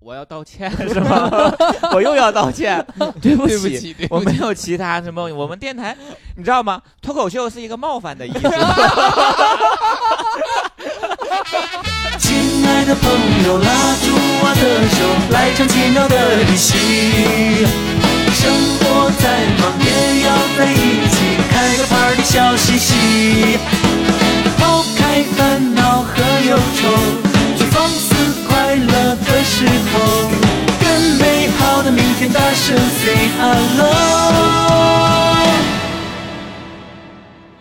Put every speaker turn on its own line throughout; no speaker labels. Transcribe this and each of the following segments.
我要道歉是吗？ 我又要道歉，对不
对不
起，
起，对
我
不
没
起，
有其他什么，我们电台你知道吗？脱口秀是一个冒犯的意思。
亲爱的朋友，拉住我的手，来场奇妙的旅行。生活再忙也要在一起，开个 party 笑嘻嘻。抛开烦恼和忧愁，去放肆快乐的时候，跟美好的明天大声 say hello。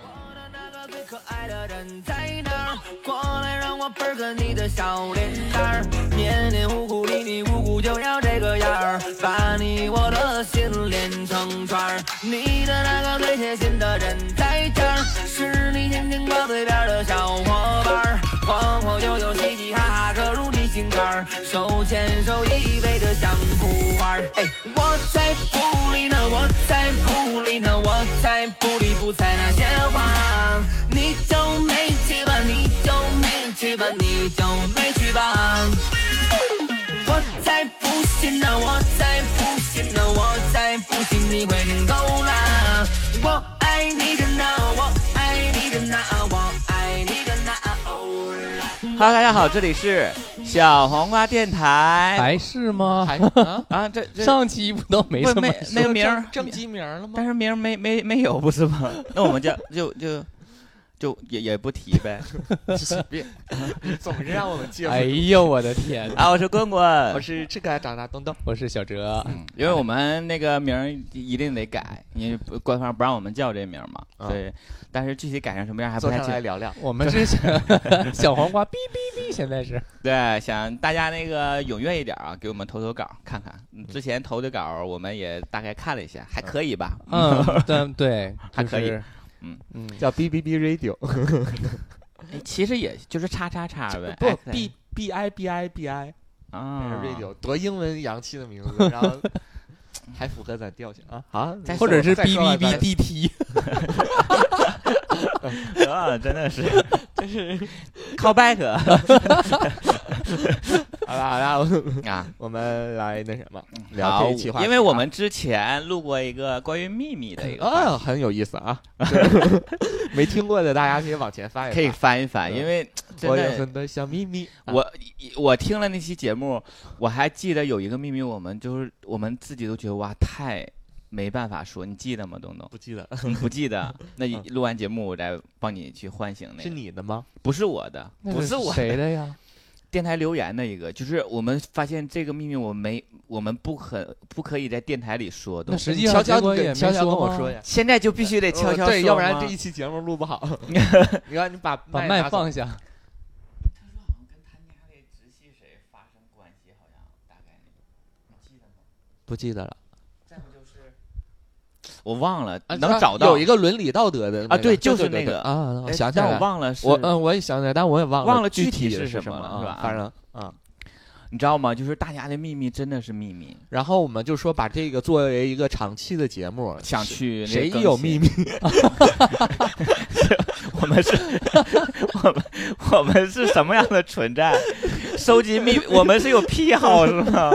我的那个最可爱的人在哪儿？过来让我本个你的小脸蛋儿，黏黏糊糊，里里咕咕，就要这个样儿，把你我的心连成串儿。你的那个最贴心的人在这儿，是你天天挂嘴边的小伙伴儿，晃晃悠悠，嘻嘻哈哈，各如你心肝儿，手牵手依偎的像哭花儿。哎，我才不理呢，我才不理呢，我才不理不睬那些话。你就没去吧，你就没去吧，你就没去吧。我才不信呢，我才不信呢，我才不信你会听够啦。我爱你着呢，我爱你着呢，我爱你着呢。哦
Hello，大家好，这里是小黄瓜电
哎
台。
还是吗？
还
啊，
啊，这 这
上期不都没
不
什么
没
事
那个名儿
正正机名了吗
但？是名儿没没没有不是吗？那我们就就就就也也不提呗。
随便，总是让我们介
哎
绍。
呦我的天！
啊，我是棍
我
棍，
是这个长大东东，
我是小哲，
因为我们那个名儿一定得改，因为不官方不让我们叫这名儿嘛，
啊
所以但是具体改成什么样还不
坐
太
上来
清。
聊聊。
我们是小小黄瓜，哔哔哔，现在是
对，想大家那个踊跃一点啊，给我们投投稿看看。嗯之前投的稿我们也大概看了一下，还可以吧？
嗯，对对，
还
就
可以
是
嗯
嗯，
叫 B B B Radio，
哎其实也就是叉叉叉呗。
不
X
B B I B I B I
啊
Radio，多英文洋气的名字，然后还符合咱调性 啊啊！
再
或者是
再说
B
吧
B
咱
B D T，
啊，真的是，真是 call back
好了好了，我
啊。
我们来那什么聊
好，
这一期话题啊，
因为我们之前录过一个关于秘密的一个话题，
啊很有意思 啊，没听过的大家可以往前翻一翻。
可以翻一翻，
嗯
因为真
我有
的。
很多小秘密，啊
我我听了那期节目，我还记得有一个秘密，我们就是我们自己都觉得哇，太没办法说，你记得吗，东东？
不记得 嗯
你不记 得？那你录完节目我再帮你去唤醒那
是
个，
你的吗？
不是我的，
那
不是我
谁 的呀？
电台留言的一个，就是我们发现这个秘密，我没我们不可不可以在电台里说的
那，实际上
悄
结
悄地
果也
跟
没
悄悄跟我
吗
说呀。
现在就必须得悄悄
呃对，
说
要不然
吗
这一期节目录不好。 你看，你 把
把
麦
麦
拿走
放下。
他说好像跟谭家里直系谁发生关系，好像大概那个，你记得吗？
不记得了
再不就是我忘了，
啊
能
他
找到
有一个伦理道德的那
啊
个
对就是
对
那个
对啊，
哎
我想起
但
来
我
了，
忘了是，
我嗯我也想起来，但我也忘
忘了
了
具体
体
是
是
什么了
啊
是吧
反正啊，
你知道吗？就是大家的秘密真的是秘密，
然后我们就说把这个作为一个长期的节目，
想
是
去那
谁
更
有
新
秘密，
我们是，我们我们是什么样的存在？收 集秘，我们是有癖好是吗？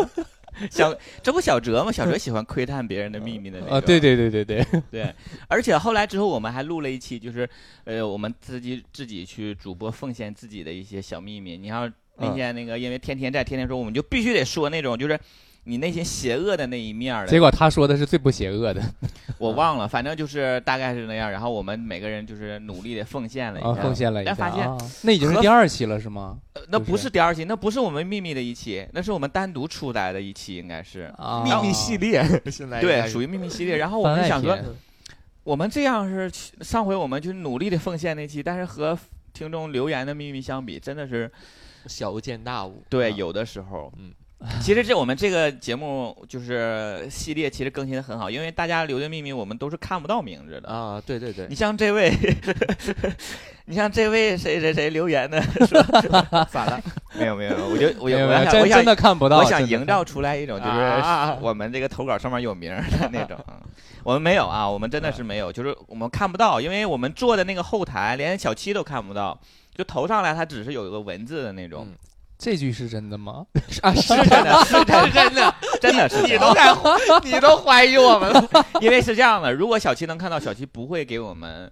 小，这不小哲吗？小哲喜欢窥探别人的秘密的那
啊，
个
对对对对对，
对，而且后来之后，我们还录了一期，就是呃，我们自己自己去主播奉献自己的一些小秘密。你要那天那个，因为天天在天天说，我们就必须得说那种就是你内心邪恶的那一面儿的。
结果他说的是最不邪恶的，
我忘了，反正就是大概是那样。然后我们每个人就是努力的奉献了一
啊，
下。
奉献了一下。
但发现
啊那已经是
和
第二期了，是吗？
呃那
就是
不是第二期，那不是我们秘密的一期，那是我们单独出来的一期，应该是。
啊，
秘密系列 现
哎
在
对，属
于
于秘密系列。然后我
番
们
外
想说，
篇
我们这样是去上回我们就是努力的奉献那期，但是和听众留言的秘密相比，真的是
小巫见大巫，
对，
啊
有的时候，
嗯，
其实这我们这个节目就是系列，其实更新的很好，因为大家留的秘密我们都是看不到名字的。
啊，对对对
你，像这位， 你像这位谁谁谁留言的，
咋了？
没有没有，我就我
没有
就我
没有
想
真
我
真
想
的看不到，
我想
真的
营
看
造出来一种就是
啊
我们这个投稿上面有名儿的那种。嗯我们没有啊，我们真的是没有，就是我们看不到，因为我们坐的那个后台连小七都看不到，就投上来它只是有一个文字的那种
嗯。
这句是真的吗？
啊，是真的，是真的，
真的，
真 的是
你
这
都
样
敢， 你都怀疑我们了。
因为是这样的，如果小七能看到，小七不会给我们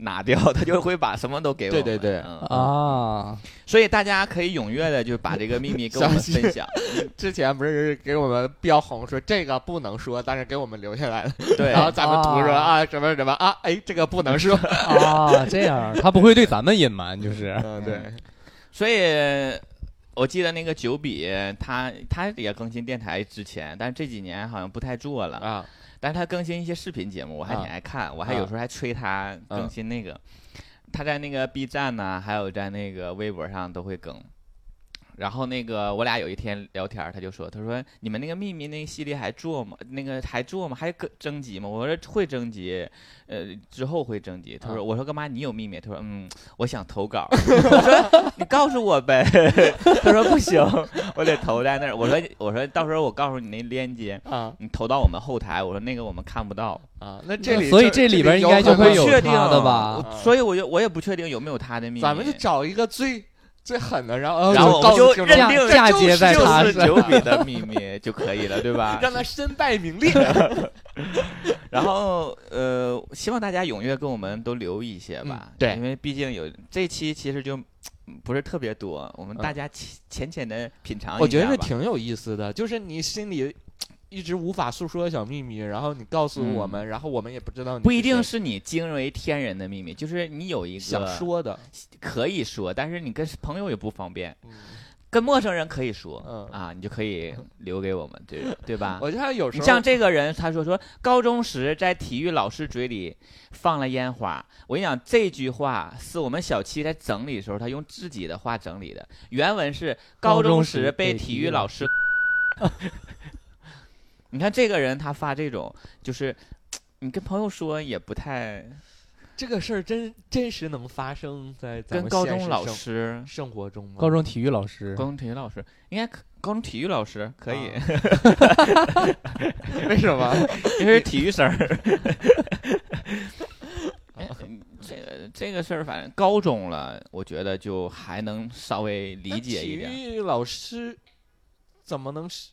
拿掉，他就会把什么都给我们。
对对对
嗯
啊，
所以大家可以踊跃的，就是把这个秘密跟我们
小七
分享。
之前不是给我们标红说这个不能说，但是给我们留下来了。
对
然，后咱们图说
啊
啊什么什么啊，哎，这个不 能说。
啊，这样他不会对咱们隐瞒，就是
嗯，对，
所以我记得那个九比他他也更新电台之前，但是这几年好像不太做了。
啊，
但是他更新一些视频节目，我还挺
啊嗯
爱看，我还有时候还催他更新那个。他在那个 B 站呢、还有在那个微博上都会更。然后那个我俩有一天聊天儿，他就说：“他说你们那个秘密那个系列还做吗？那个还做吗？还更征集吗？”我说：“会征集，呃，之后会征集。”他说：“
啊
我说干嘛？你有秘密？”他说：“嗯，我想投稿。” 我说：“你告诉我呗。”他说：“不行，我得投在那儿。”我说：“我说到时候我告诉你那链接。”
啊
你投到我们后台，我说那个我们看不到，
啊，那这里
所以
这
这里边应该就
可能
会有
不确定啊
他的吧？
我所以我就我也不确定有没有他的秘密。
咱 们就找一个最最狠的，然后
然后
我
我们
告
就
诉听众
认定
这
嫁
就是
接在他
就
就
是是九比的秘密就可以了，对 吧？
让他身败名 裂。
然后呃，希望大家踊跃跟我们都留一些吧，
嗯对
因为毕竟有这期其实就嗯不是特别多，我们大家浅浅浅的品尝一下吧。
嗯我觉得是挺有意思的，就是你心里一直无法诉说的小秘密，然后你告诉我
嗯
们，然后我们也不知道你
不一定
是
是你惊为天人的秘密，就是你有一
谁想
个
说的。
可以说，但是你跟朋友也不方便，
嗯
跟陌生人可以说，
嗯
啊，你就可以留给我们，对对吧？
我就看有时
你
候
像这个人，他说说高中时在体育老师嘴里放了烟花。我跟你讲，这句话是我们小七在整理的时候，他用自己的话整理的。原文是高
高
中
中
时
时
被
被
体
体
育
育
老
老
师。 你看这个人，他发这种，就是你跟朋友说也不太
这个事儿真真实能发生在咱
跟
们
高
现
中
实
老
生
师、
生活中吗？
高中体育老师
高中体育老师应该可高中体育老师可以，
啊为什么？
因为是体育生儿。哎这个这个事儿，反正高中了，我觉得就还能稍微理解一点。
体育老师怎么能是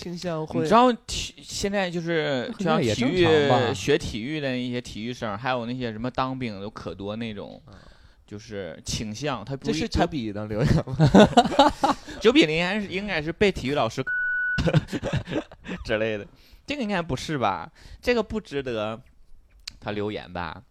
倾向
你
会
知道体现在就是
应
像
该也
体
正
育
常吧
学体育的那些体育生儿，还有那些什么当兵的，有可多那种
啊，
就是倾向。他不
这是
他
九比的留 言吗？
九比零应该是应该是被体育老师 之类的，这个应该不是吧？这个不值得他留言吧？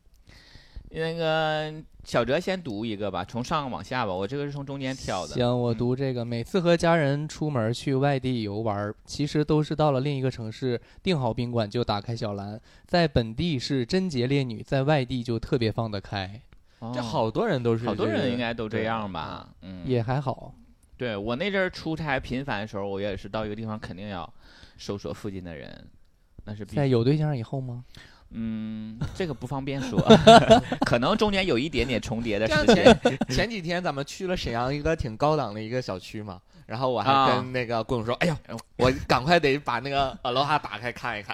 那个小哲先读一个吧，从上往下吧，我这个是从中间挑的。
行，我读这个。每次和家人出门去外地游玩儿，其实都是到了另一个城市，订好宾馆就打开小蓝。在本地是贞洁烈女，在外地就特别放得开，
哦
这好多人都是，
好多人 应该都这样吧？嗯，
也还好。
对我那阵儿出差频繁的时候，我也是到一个地方肯定要搜索附近的人，那是必
在
须。
有对象以后吗？
嗯，这个不方便说， 可能中间有一点点重叠的
这样
时间。
前几天咱们去了沈阳一个挺高档的一个小区嘛，然后我还
啊
跟那个棍说：“哎呀，我赶快得把那个 Aloha 打开看一看。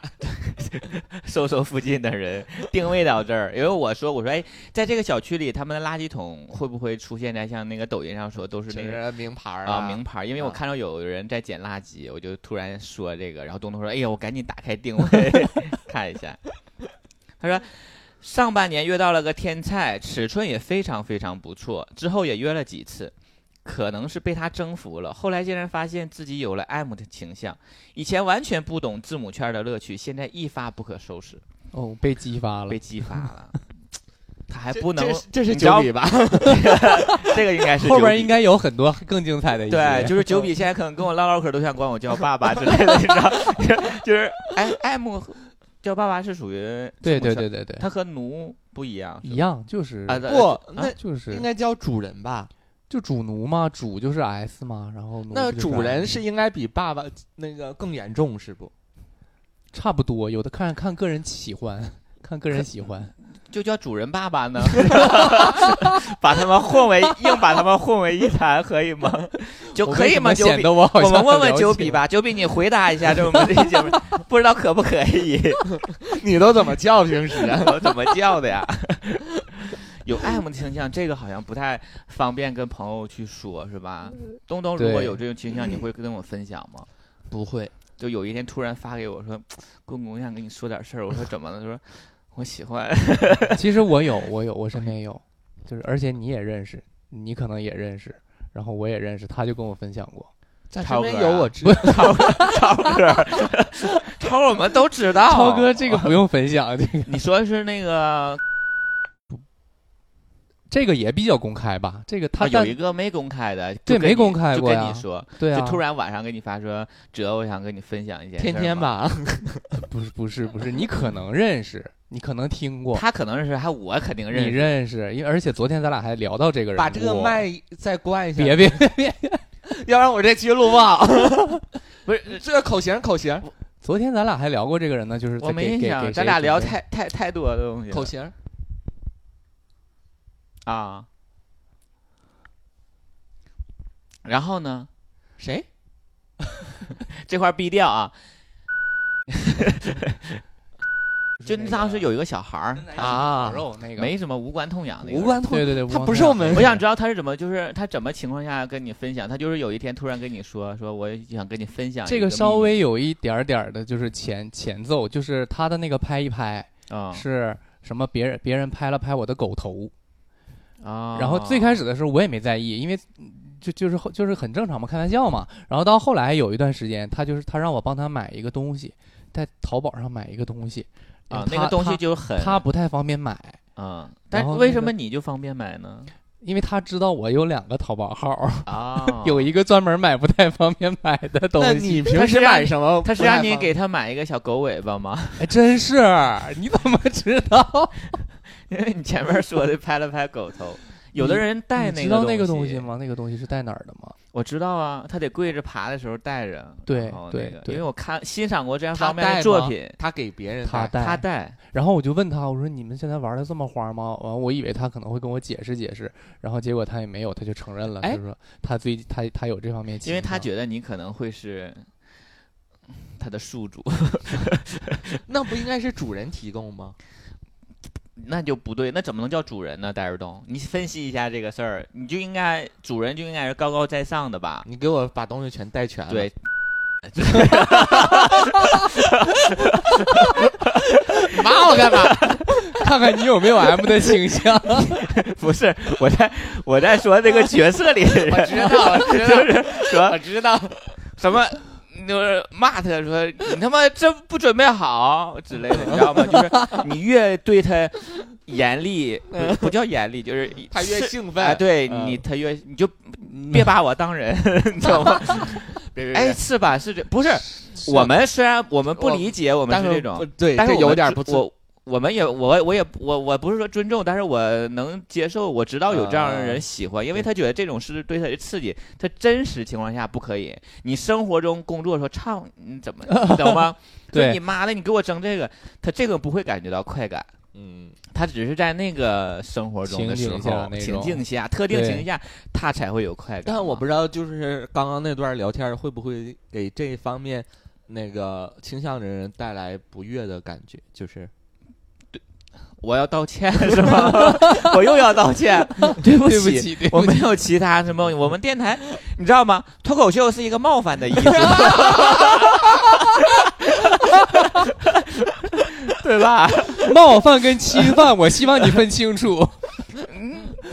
搜搜附近的人，定位到这儿。因为我说，我说，哎，在这个小区里，他们的垃圾桶会不会出现在像那个抖音上说都”是
就
那个
是名牌儿
啊名牌儿？因为我
啊
看到有人在捡垃圾，我就突然说这个，然后东东说，哎呀，我赶紧打开定 位看一下。他说。上半年约到了个天菜，尺寸也非常非常不错，之后也约了几次，可能是被他征服了。后来竟然发现自己有了 M 的倾向，以前完全不懂字母圈的乐趣，现在一发不可收拾。
哦，被激发了
被。激发了， 他还
这
不能
这是这是
你知道
九比吧？
这个应该是
后
九
边
比
应该有很多更精彩的一些。
对，就是九比现在可能跟我唠唠嗑都想管我叫爸爸之类的，你知道，就是哎 M 叫爸爸是属于
对
什么
对
事儿，
对对对，
他和奴不一样，
一样就是
啊，
不，那
就是
应该叫主人吧？
就主奴嘛，主就是 S 嘛，然后奴
那
就是
主人
M
是应该比爸爸那个更严重是 不？
差不多，有的看看个人喜欢， 看个人喜欢。
就叫主人爸爸呢，把他们混为硬把他们混为一谈可以吗？就
我
可
为
以
什
吗？
么
九
显
比。
得我好
我
像
们问问
了
九
解
比。吧，九比你回答一下，这我们这期节目 不知道可不可以？
你都怎么叫平时？啊
我怎么叫的呀？有 M 倾向，这个好像不太方便跟朋友去说，是吧？东东如
对
果有这种倾向，你会跟我分享吗？
不会，
就有一天突然发给我说，棍棍我想跟你说点事儿，我说怎么了？他说我喜欢，
其实我有，我有，我身边有，就是而且你也认识，你可能也认识，然后我也认识，他就跟我分享过。
在
超
身
哥
边
啊
有我知
超超哥， 超我们都知道。
超哥，这个不用分享，这个
你说是那个
这个也比较公开吧？这个他
啊有
但
一个没公开的，就
对
跟
没
你
公开过
就跟
呀
你说，
对啊，
就突然晚上给你发说，哲，我想跟你分享一件事
天天
嘛。
吧，
不是不是不是，你可能认识，你可能听过，
他可能认识，还我肯定认
你
识。
认识，因为而且昨天咱俩还聊到这个人过，
把这个麦再关一下，
别别别，
要不然我这期录不好。哎不是 这个口型口型
昨天咱俩还聊过这个人呢，就是
我
在
没
给
印
给
象，
给
咱
谁
俩
准
聊
备
太太太多的东西了
口型，
啊。然后呢，
谁？
这块儿毙掉啊！就
那个
当时有一个小孩儿，
啊，肉那个
没什么无关痛痒的，
无。关痛
对对对，
他
汪
不
峰
是我们
我想知道他是怎么，就是他怎么情况下跟你分享？他就是有一天突然跟你说，说我想跟你分享一
这
个
个稍
秘密
微有一点儿点儿的，就是前前奏，就是他的那个拍一拍
啊
是什么？别人别人拍了拍我的狗头，
啊，
然后最开始的时候我也没在意，因为嗯就就是后就是很正常嘛，开玩笑嘛。然后到后来有一段时间，他就是他让我帮他买一个东西，在淘宝上买一个东西，因
啊
为，
那
他
个东西
他
就很
他不太方便买，
嗯，但
然后
为
那
什
个
么你就方便买呢？
因为他知道我有两个淘宝号，，
啊
有一个专门买不太方便买的东
那
西。
你平时买什么？
他是让你给他买一个小狗尾巴吗？
哎，真是你怎么知道？
因为你前面说的拍了拍狗 头，有的
你
人带
你
那
知道那
个
个东西
西？
吗？那个东西是带哪儿的吗？
我知道啊，他得跪着爬的时候带着。
对
然后那
对
个
对
因为我看欣赏过这样
他
方面
带
的作
吗
品，
他给别人
他
带
带，
他带。
然后我就问他，我说你们现在玩的这么花吗？完，我以为他可能会跟我解释解释，然后结果他也没有，他就承认了，
哎
就说他最他他有这方面
因
倾向，
为他觉得你可能会是他的宿主，
那不应该是主人提供吗？
那就不对，那怎么能叫主人呢？戴尔东，你分析一下这个事儿，你就应该主人就应该是高高在上的吧？
你给我把东西全带全了。
对，
你骂我干嘛？
看看你有没有 M 的倾向。
不是我在我在说这个角色里 的
我
人，
知道，我知道，
说
我知道。
什么。就是骂他说你他妈这不准备好之类的，你知道吗？就是你越对他严厉， 不是不叫严厉， 就是
他越
是
兴
啊，
奋，，
对
嗯
你他越你就别把我当人， 你知道吗？
别别
哎，
别，
是吧？是这不是我们虽然我们不理解，我们
但
是
是
这
不
种，
对，
但是
这
我
有
们
点
知
不自
我我们也我我也我我不是说尊重，但是我能接受，我知道有这样的
啊
人喜欢，因为他觉得这种是对他的刺激，他真实情况下不可以。你生活中工作的时候唱，你怎么你懂 吗？
对
就你妈的，你给我整这个，他这个不会感觉到快感。
嗯，
他只是在那个生活中的时
情景下
候，
那
情
种
境下、特定
对
情境下，他才会有快感嘛。
但我不知道，就是刚刚那段聊天会不会给这一方面那个倾向的人带来不悦的感觉？就是
我要道歉是吗？ 我又要道歉， 对不
对不
起，
起，对
我
不起
没有其他什么，我们电台你知道吗？脱口秀是一个冒犯的意思，对吧？
冒犯跟侵犯，我希望你分清 楚。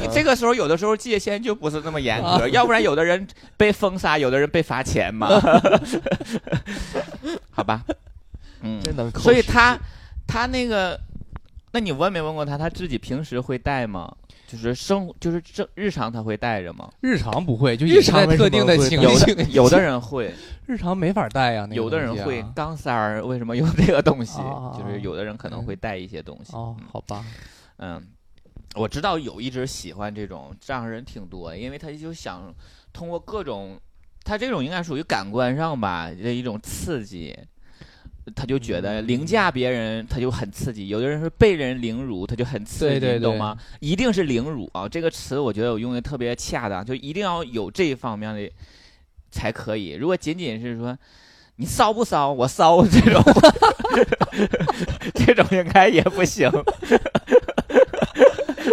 你这个时候有的时候界限就不是那么严格，要不然有的人被封杀，有的人被罚钱嘛，好吧？嗯，
真能扣
所以
时
他他那个，那你问没问过他，他自己平时会带吗？就是生就是正日常他会带着吗？
日常不会，就
日
也是
常
在
为什
特
么
定的
会
情
有
境
的， 有的人会，
日常没法带呀，那个
有的
东
人
西啊
会钢丝儿，为什么有这个东西？
啊啊啊
就是有的人可能会带一些东西。
哦，好吧，
嗯，我知道有一直喜欢这种这样的人挺多的，因为他就想通过各种，他这种应该属于感官上吧的一种刺激，他就觉
嗯
得凌驾别人，他就很刺激。有的人是被人凌辱，他就很刺激，
对对
你懂
对
吗？一定是凌辱啊，这个词我觉得我用的特别恰当，就一定要有这一方面的才可以。如果仅仅是说。你骚不骚？我骚 这种，这种应该也不行。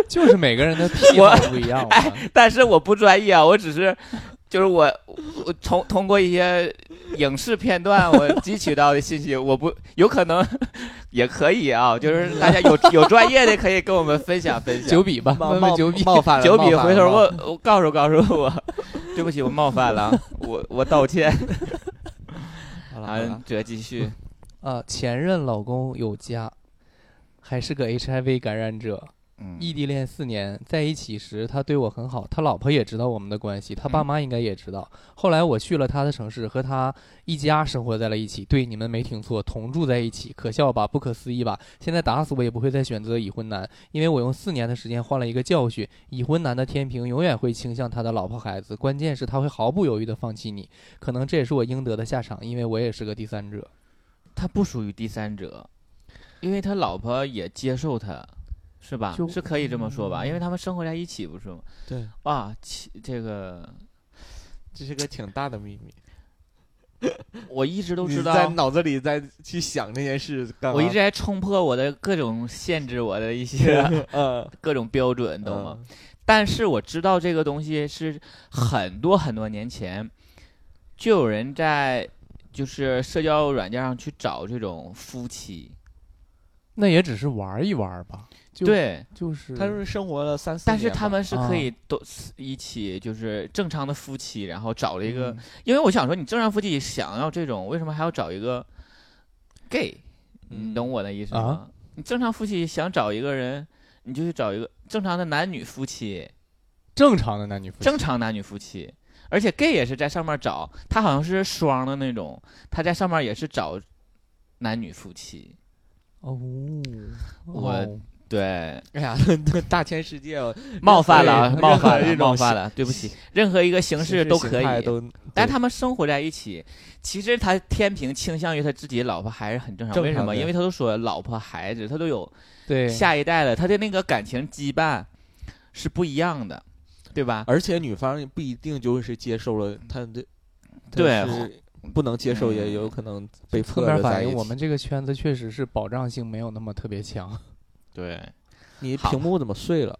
就是每个人的癖好不一样嘛。
但是我不专业啊，我只是就是我我从通过一些影视片段 我汲取到的信息，我不有可能也可以啊，就是大家有有专业的可以跟我们分享分
九
享。
比吧，
冒
问问
冒
九比。
冒犯了，
九比，
冒犯
回
了
头我我告诉告诉我， 对不起，我冒犯了，我我道歉。
好了好
啊
了，
这继 续，
啊，前任老公有家，还是个 HIV 感染者，
嗯，
异地恋四年，在一起时他对我很好，他老婆也知道我们的关系，他
嗯
爸妈应该也知道。后来我去了他的城市，和他一家生活在了一起。对，你们没听错，同住在一起，可笑吧？不可思议吧？现在打死我也不会再选择已婚男，因为我用四年的时间换了一个教训，已婚男的天平永远会倾向他的老婆孩子，关键是他会毫不犹豫的放弃你。可能这也是我应得的下场，因为我也是个第三者。
他不属于第三者，因为他老婆也接受他，是吧
就？
是可以这么说吧？因为他们生活在一起，不是吗？
对，
啊，其这个
这是个挺大的秘密，
我一直都
你
知
在啊
道，
脑子里在去想这件事干嘛，
我一直在冲破我的各种限制，我的一些
呃，
各种标准，懂
嗯
吗？但是我知道这个东西是很多很多年前就有人在就是社交软件上去找这种夫妻，
那也只是玩一玩吧，就
对，
就是
嗯？他是生活了三四年吧，
但是他们是可
啊
以都一起，就是正常的夫妻，然后找了一个，因为我想说，你正常夫妻想要这种，为什么还要找一个 gay？
嗯
你懂我的意思
啊
吗？你正常夫妻想找一个人，你就去找一个正常的男女夫妻，
正常的男女夫妻
正常男女夫妻。而且 gay 也是在上面找，他好像是双的那种，他在上面也是找男女夫妻。
哦，
我
哦
对，
哎呀，大千世界，哦
冒犯了啊，
任何
冒犯了，
一种
冒犯了，对不起，任何一个形式都可
形态
以，
都，
但
对
他们生活在一起，其实他天平倾向于他自己老婆还是很正常。
正
为什
常
么？
的
因为他都说老婆孩子，他都有
对，
下一代了，他的那个感情羁绊是不一样的，对吧？
而且女方不一定就是接受了他的，她
对
是不能接受，也有可能被
侧
迫
面
的
反
在一
映
起。
我们这个圈子确实是保障性没有那么特 别强。
对，
你
好
屏幕怎么碎了？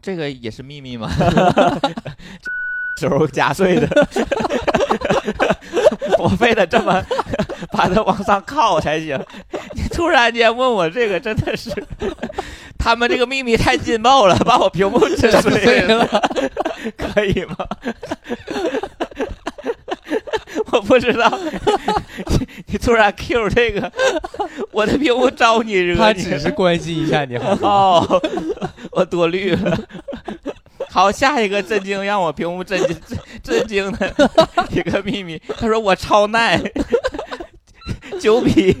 这个也是秘密 嘛，时候加税的， 我非得这 么把它往上靠才行。你突然间问我这个，真的是他们这个秘密太劲爆了，把我屏幕震 碎了，可以吗？ 我不知道， 你你突然 Q 这个，我的屏幕招你惹你了。
他只是关心一下你，好 吗
哦，我多虑了。好，下一个震惊让我屏幕震惊震惊 的一个秘密，他说我超耐九比，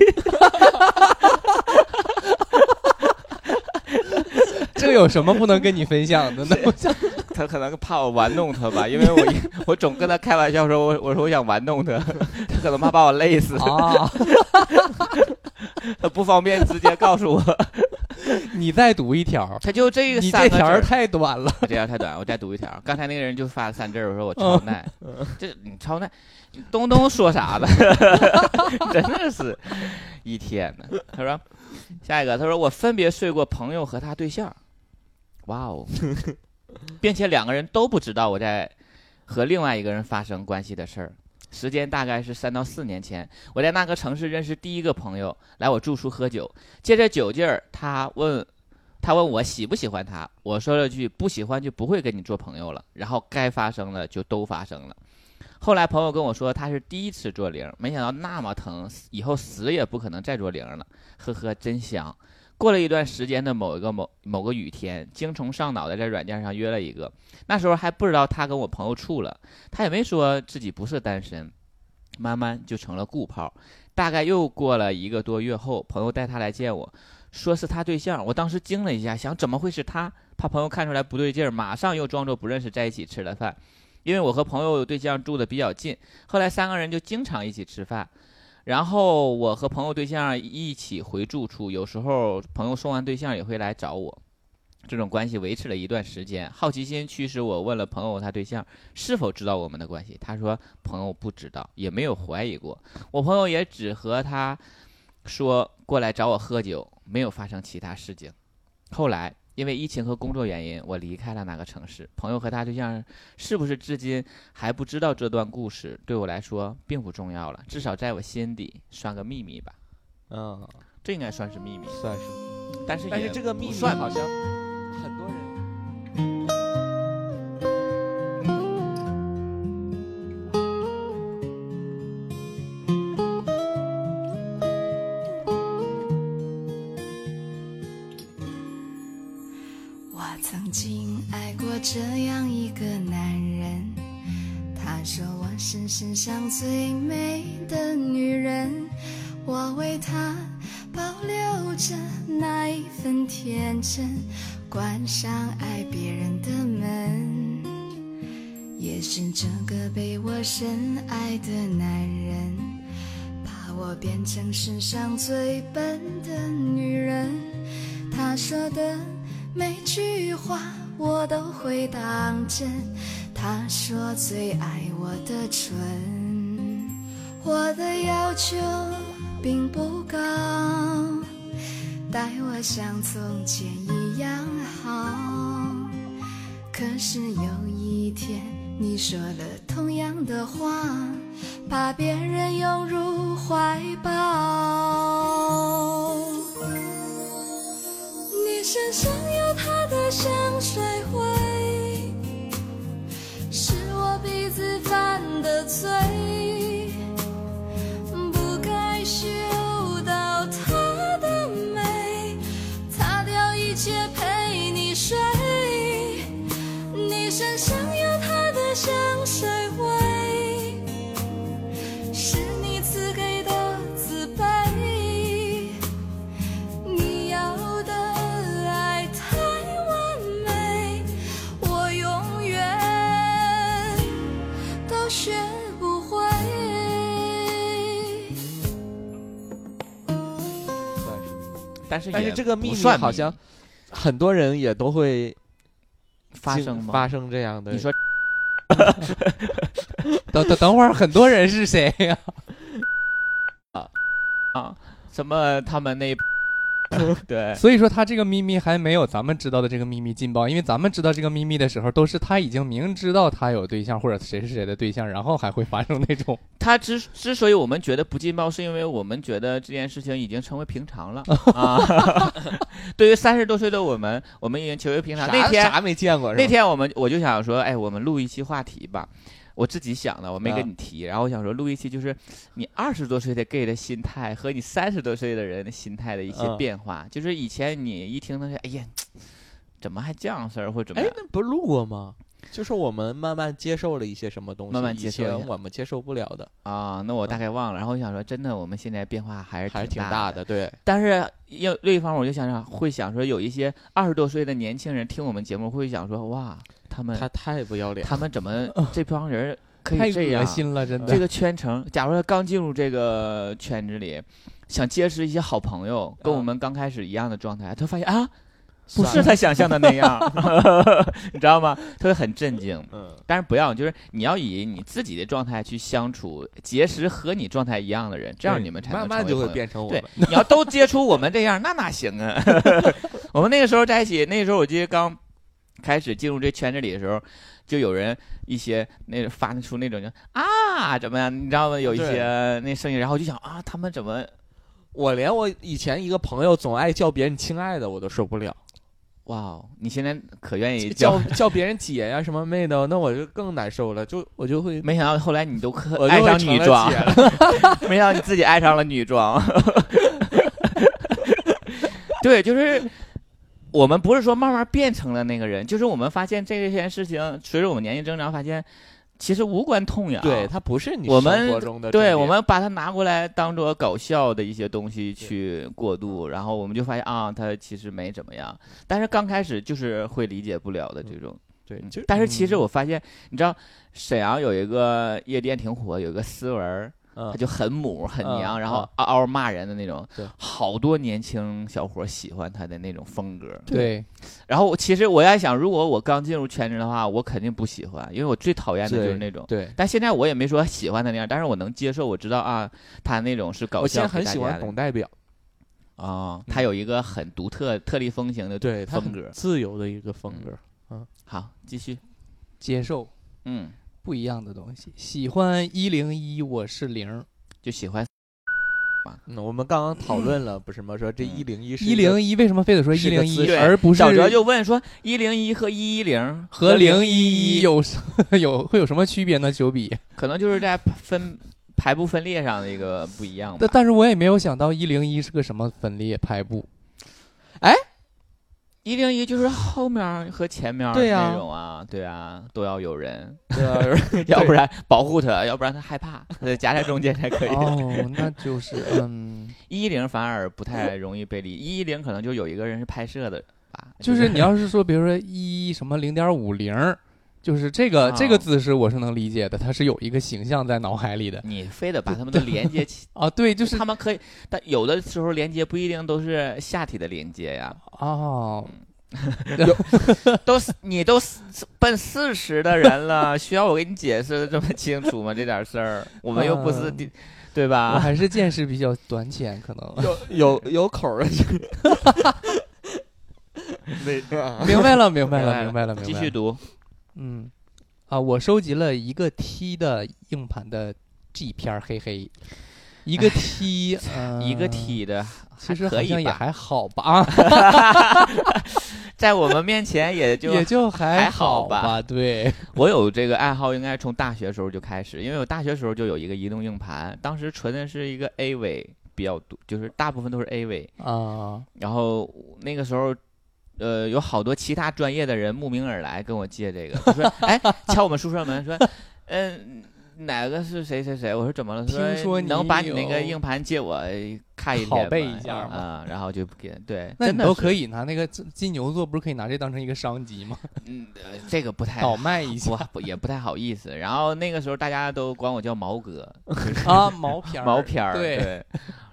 这有什么不能跟你分享的呢？
他可能怕我玩弄他吧，因为我一我总跟他开玩笑说，我我说我想玩弄他，他可能怕把我累死，
啊，
他不方便直接告诉我，
你再读一条，
他就这个
你
三
这
个字
条
儿
儿太哦 短了。
我这条太短，我再读一条。刚才那个人就发了三字儿，我说我超耐，
嗯
这你超耐，你东东说啥了？ 真的是一天呢。他说下一个，他说我分别睡过朋友和他对象，哇哦， 并且两个人都不知道我在和另外一个人发生关系的事儿。时间大概是三到四年前，我在那个城市认识第一个朋友，来我住处喝酒，借着酒劲儿，他问他问我喜不喜欢他，我说了句不喜欢就不会跟你做朋友了。然后该发生的就都发生了。后来朋友跟我说他是第一次做零，没想到那么疼，以后死也不可能再做零了。呵呵，真香。过了一段时间的某一个某某个雨天，精虫上脑的在软件上约了一个，那时候还不知道他跟我朋友处了，他也没说自己不是单身，慢慢就成了顾炮。大概又过了一个多月后，朋友带他来见我，说是他对象，我当时惊了一下，想怎么会是他？怕朋友看出来不对劲儿，马上又装作不认识，在一起吃了饭。因为我和朋友对象住的比较近，后来三个人就经常一起吃饭。然后我和朋友对象一起回住处，有时候朋友送完对象也会来找我。这种关系维持了一段时间，好奇心驱使我问了朋友他对象是否知道我们的关系，他说朋友不知道，也没有怀疑过。我朋友也只和他说过来找我喝酒，没有发生其他事情。后来因为疫情和工作原因，我离开了那个城市。朋友和他对象是不是至今还不知道这段故事，对我来说并不重要了，至少在我心底算个秘密吧。
嗯，
这应该算是秘密，
算是。
嗯但是
但是
也
这个秘
不
密
算
好像很多人
我曾经爱过这样一个男人，他说我是世上最美的女人，我为他保留着那一份天真，关上爱别人的门。也是这个被我深爱的男人，把我变成世上最笨的女人。他说的每句话我都会当真。他说最爱我的唇，我的要求并不高，待我像从前一样好。可是有一天，你说了同样的话，把别人拥入怀抱。你身上有他的香水味，是我鼻子犯的罪，不该嗅到她的美，擦掉一切陪你睡。你身上有她的香水味，是你赐给的慈悲。你要的爱太完美，我永远都学不会。
算是，
但是
但是
也
这个
不
秘密
算
好像很多人也都会
发
经
生吗？
发生这样的。
你说
等等等会儿，很多人是谁呀、
啊，什么他们那 对
所以说他这个秘密还没有咱们知道的这个秘密劲爆，因为咱们知道这个秘密的时候，都是他已经明知道他有对象或者谁是谁的对象，然后还会发生那种。
他之之所以我们觉得不劲爆，是因为我们觉得这件事情已经成为平常 了啊。 对于三十多岁的我们，我们已经成为平常。
啥
那天
啥没见过是吧？
那天我们我就想说，哎，我们录一期话题吧。我自己想的，我没
啊
跟你提。然后我想说，录一期就是你二十多岁的 gay 的心态和你三十多岁的人的心态的一些
嗯
变化。就是以前你一听他说，哎呀，怎么还这样事儿，或者怎么
哎
样，，
那不是录过吗？就是我们慢慢接受了一些什么东西，
慢慢接受
以
一下
前我们接受不了的，
啊，那我大概忘了。然后我想说，真的，我们现在变化还是
嗯还是挺
大
大
的。
的。对，
但是要另一方面，我就想想，会想说有一些二十多岁的年轻人听我们节目，会想说，哇，他们
他嗯太不要脸了，
他们怎么这帮人可
太
以这
恶
样？
心了，真的。
这个圈层，假如说刚进入这个圈子里，想结识一些好朋友，跟我们刚开始一样的状态，他发现啊，不
嗯算
是
了，
他想象的那样， 你知道吗？他会很震惊。
嗯，
但是不要，就是你要以你自己的状态去相处，结识和你状态一样的人，这样你们才能
慢慢
成为
就会
朋友
变成我
对
们。，
你要都接触我们这样，那哪行啊？ 我们那个时候在一起，那个时候我记得刚开始进入这圈子里的时候，就有人一些那个发出那种就啊怎么样，你知道吗？有一些那声音，然后我就想啊，他们怎么
我连我以前一个朋友总爱叫别人“亲爱的”，我都受不了，
哇哦？你现在可愿意
叫？叫别人姐呀、什么妹的，那我就更难受了，就我就会
没想到后来你都可
我就
爱
会
上
成
女
了
装
姐，
没想到你自己爱上了女装。 对，就是我们不是说慢慢变成了那个人，就是我们发现这件事情随着我们年纪增长，发现其实无关痛痒。
对，他不是你
我
生
们
活中的重
对，
点
我们把它拿过来当做搞笑的一些东西去过渡，然后我们就发现啊，它其实没怎么样。但是刚开始就是会理解不了的这种。嗯
对，就
但是其实我发现，你知道沈阳有一个夜店挺火，有个思文儿，
嗯
他就很母很娘，
嗯
然后嗷嗷骂人的那种
对，
好多年轻小伙喜欢他的那种风格。
对，
然后我其实我在想，如果我刚进入圈子的话，我肯定不喜欢，因为我最讨厌的就是那种。
对。
但现在我也没说喜欢他那样，但是我能接受，我知道啊，他那种是搞
我现
笑
在
给大家
很
的。哦
喜欢董代表，啊，
他有一个很独特、特立风行的
对，他
风
很
格。
自由的一个风格。
好，继续。
接受
嗯，
不一样的东西。喜欢一零一，我是零
就喜欢
嗯，我们刚刚讨论了，不是吗？说这一零一是
一零一，为什么非得说一
是个
零
姿
一，
势
而不是
小哲就问说：“一零一和一一零
和零一一有 什有会有什么区别呢？九比，
可能就是在分排布分裂上的一个不一样吧。
但但是我也没有想到一零一是个什么分裂排布。
一零一就是后面儿和前面儿
对呀
那种啊，对啊，都要有人，
对 啊
要不然保护他，要不然他害怕，呃夹在中间才可以。
哦，那 就是嗯，
一零反而不太容易被理，一零可能就有一个人是拍摄的吧，
就是你要是说，比如说一什么零点五零，就是这个、
哦
啊
这个姿势我是能理解的，它是有一个形象在脑海里的
你非得把他们都连接起，
啊。对，就是
他们可以，但有的时候连接不一定都是下体的连接呀，
哦，
都是你都四奔四十的人了，需要我给你解释的这么清楚吗？这点事儿，我们又不是、
嗯
对
我
吧？
还是见识比较短浅，可 能
有有口儿的，
明白了，明白了，
明
明白了，明白了。
继续读，
嗯，啊，我收集了一个 T 的硬盘的 G 片儿，嘿嘿，一个 T，、呃、
一个 T 的
其实
可
好
以吧
像也还好吧，啊，
在我们面前也 就
也就还
还好吧
吧，对，
我有这个爱好，应该从大学时候就开始，因为我大学时候就有一个移动硬盘，当时存的是一个 A 位比较多，就是大部分都是 A 位。
啊，
然后那个时候，呃，有好多其他专业的人慕名而来跟我借这个，就说哎，敲我们宿舍门说，嗯、哪个是谁谁谁？我说怎么了？
听说你
能把你那
有
个硬盘借我看一
拷
天吗
贝一下吗
啊、然后就给对，
那
真
你
的
都
是
可以拿那个金金牛座，不是可以拿这当成一个商机吗？
嗯、呃这个不太
倒卖一下
不 不也不太好意思。然后那个时候大家都管我叫毛 哥，
啊，毛片 儿，
毛片儿，
对
对。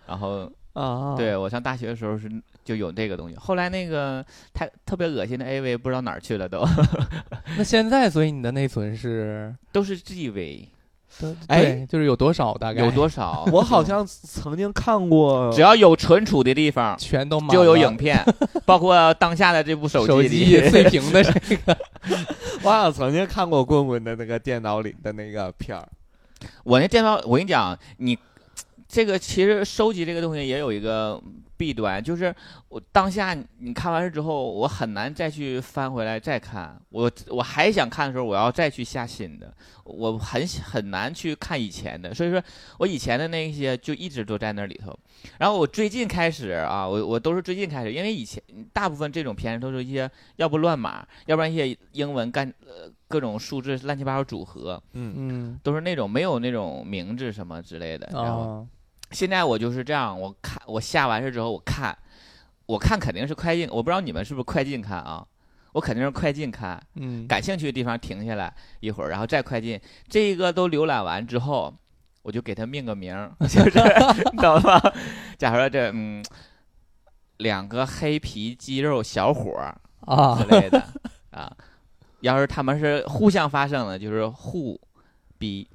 然 后，
啊，
对我上大学的时候是就有这个东西，后来那个太特别恶心的 A 位不知道哪儿去了，都
那现在所以你的内存是，
都是 G 位，
对
哎，
就是有多少大概？
有多少？
我好像曾经看过
只要有存储的地方
全都满
就有
了
影片，包括当下的这部手
手
机
机
里。
碎屏的这 个
我好像曾经看过棍棍的那个电脑里的那个片儿，
我那电脑，我跟你讲，你这个其实收集这个东西也有一个弊端，就是我当下你看完了之后，我很难再去翻回来再看。我我还想看的时候，我要再去下新的，我很很难去看以前的。所以说我以前的那些就一直都在那里头。然后我最近开始啊，我我都是最近开始，因为以前大部分这种片都是一些要不乱码，要不然一些英文干呃各种数字乱七八糟组合。
嗯，
嗯
都是那种没有那种名字什么之类的。然后
啊，
现在我就是这样，我看我下完事之后，我看，我看肯定是快进，我不知道你们是不是快进看啊？我肯定是快进看，
嗯，
感兴趣的地方停下来一会儿，然后再快进，这一个都浏览完之后，我就给它命个名儿，就是 你懂吗？ 假如说这嗯，两个黑皮肌肉小伙儿，
啊
之，类的啊。要是他们是互相发生的，就是互逼；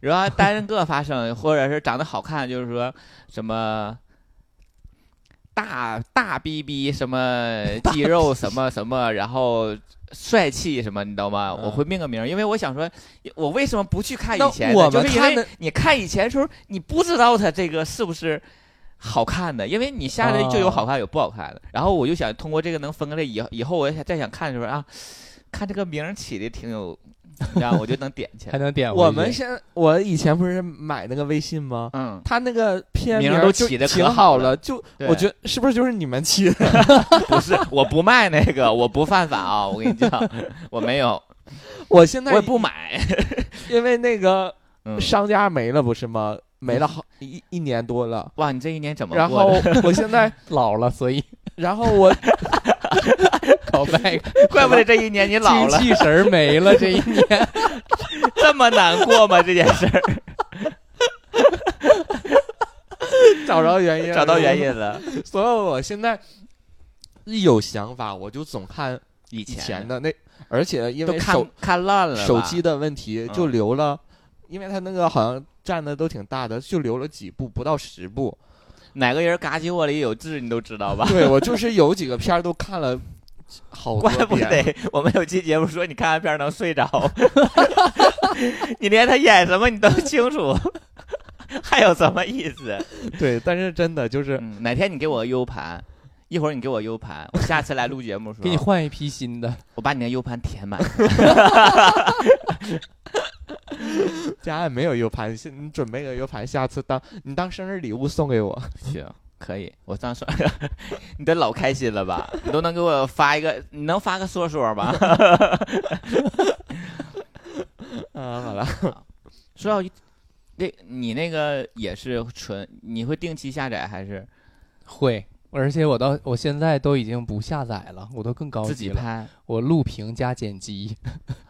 然后单个发生，或者是长得好看，就是说什么大大逼逼什 么肌肉什么什么，然后帅气什么，你知道吗？
嗯
我会命个名儿，因为我想说，我为什么不去看
那
以前
我
的？
们
就是因
看
为
的
你看以前的时候，你不知道他这个是不是。好看的，因为你下来就有
啊
好看有不好看的。然后我就想通过这个能分开类，以后以后我想再想看的时候啊，看这个名儿起的挺有，然后我就能点起
还
来。
能点回去
我们现我以前不是买那个微信吗？
嗯，
他那个片
名儿
儿
都
就
起得可
挺
好
好
了
了，就
对
我觉得是不是就是你们起 的？
不是， 我不卖那个，我不犯法啊！我跟你讲，我没 有，
我现
我
在
也不买。
因为那个
嗯，
商家没了，不是吗？没了好一一年 多了。
哇，你这一年怎么
然
过
后
的？
我现 在，
老了，所以
然后我
搞麦
怪不得这一年你老
精
了，
气神儿没了这一年。
这么难过吗？这件事 儿
找着原因了，
找到原因 了，
所以我现在一有想法，我就总看
以
以
前
前的那，而且因
都
为
看
手
看烂了吧，
手机的问题
嗯
就留 了，因为它那个好像占的都挺大的，就留了几步，不到十步。
哪个人嘎叽窝里有痣，你都知道吧？
对我就是有几个片儿都看了好多
怪
遍，
不 得我们有期节目说你看完片儿能睡着， 你连他演什么你都清楚， 还有什么意思？
对，但是真的就是
嗯，哪天你给我个 U 盘，一会儿你给我 U 盘，我下次来录节目的时候，
给你换一批新的。
我把你的 U 盘填满。
家里没有 U 盘，现你准备个 U 盘，下次当你当生日礼物送给我。
行，可以，我当时你都老开心了吧？你都能给我发一个，你能发个说说 吧？
啊，好了，
说到一那，你那个也是纯，你会定期下载还是
会，而且我到我现在都已经不下载了，我都更高级
自己
了，
拍
我录屏加剪辑，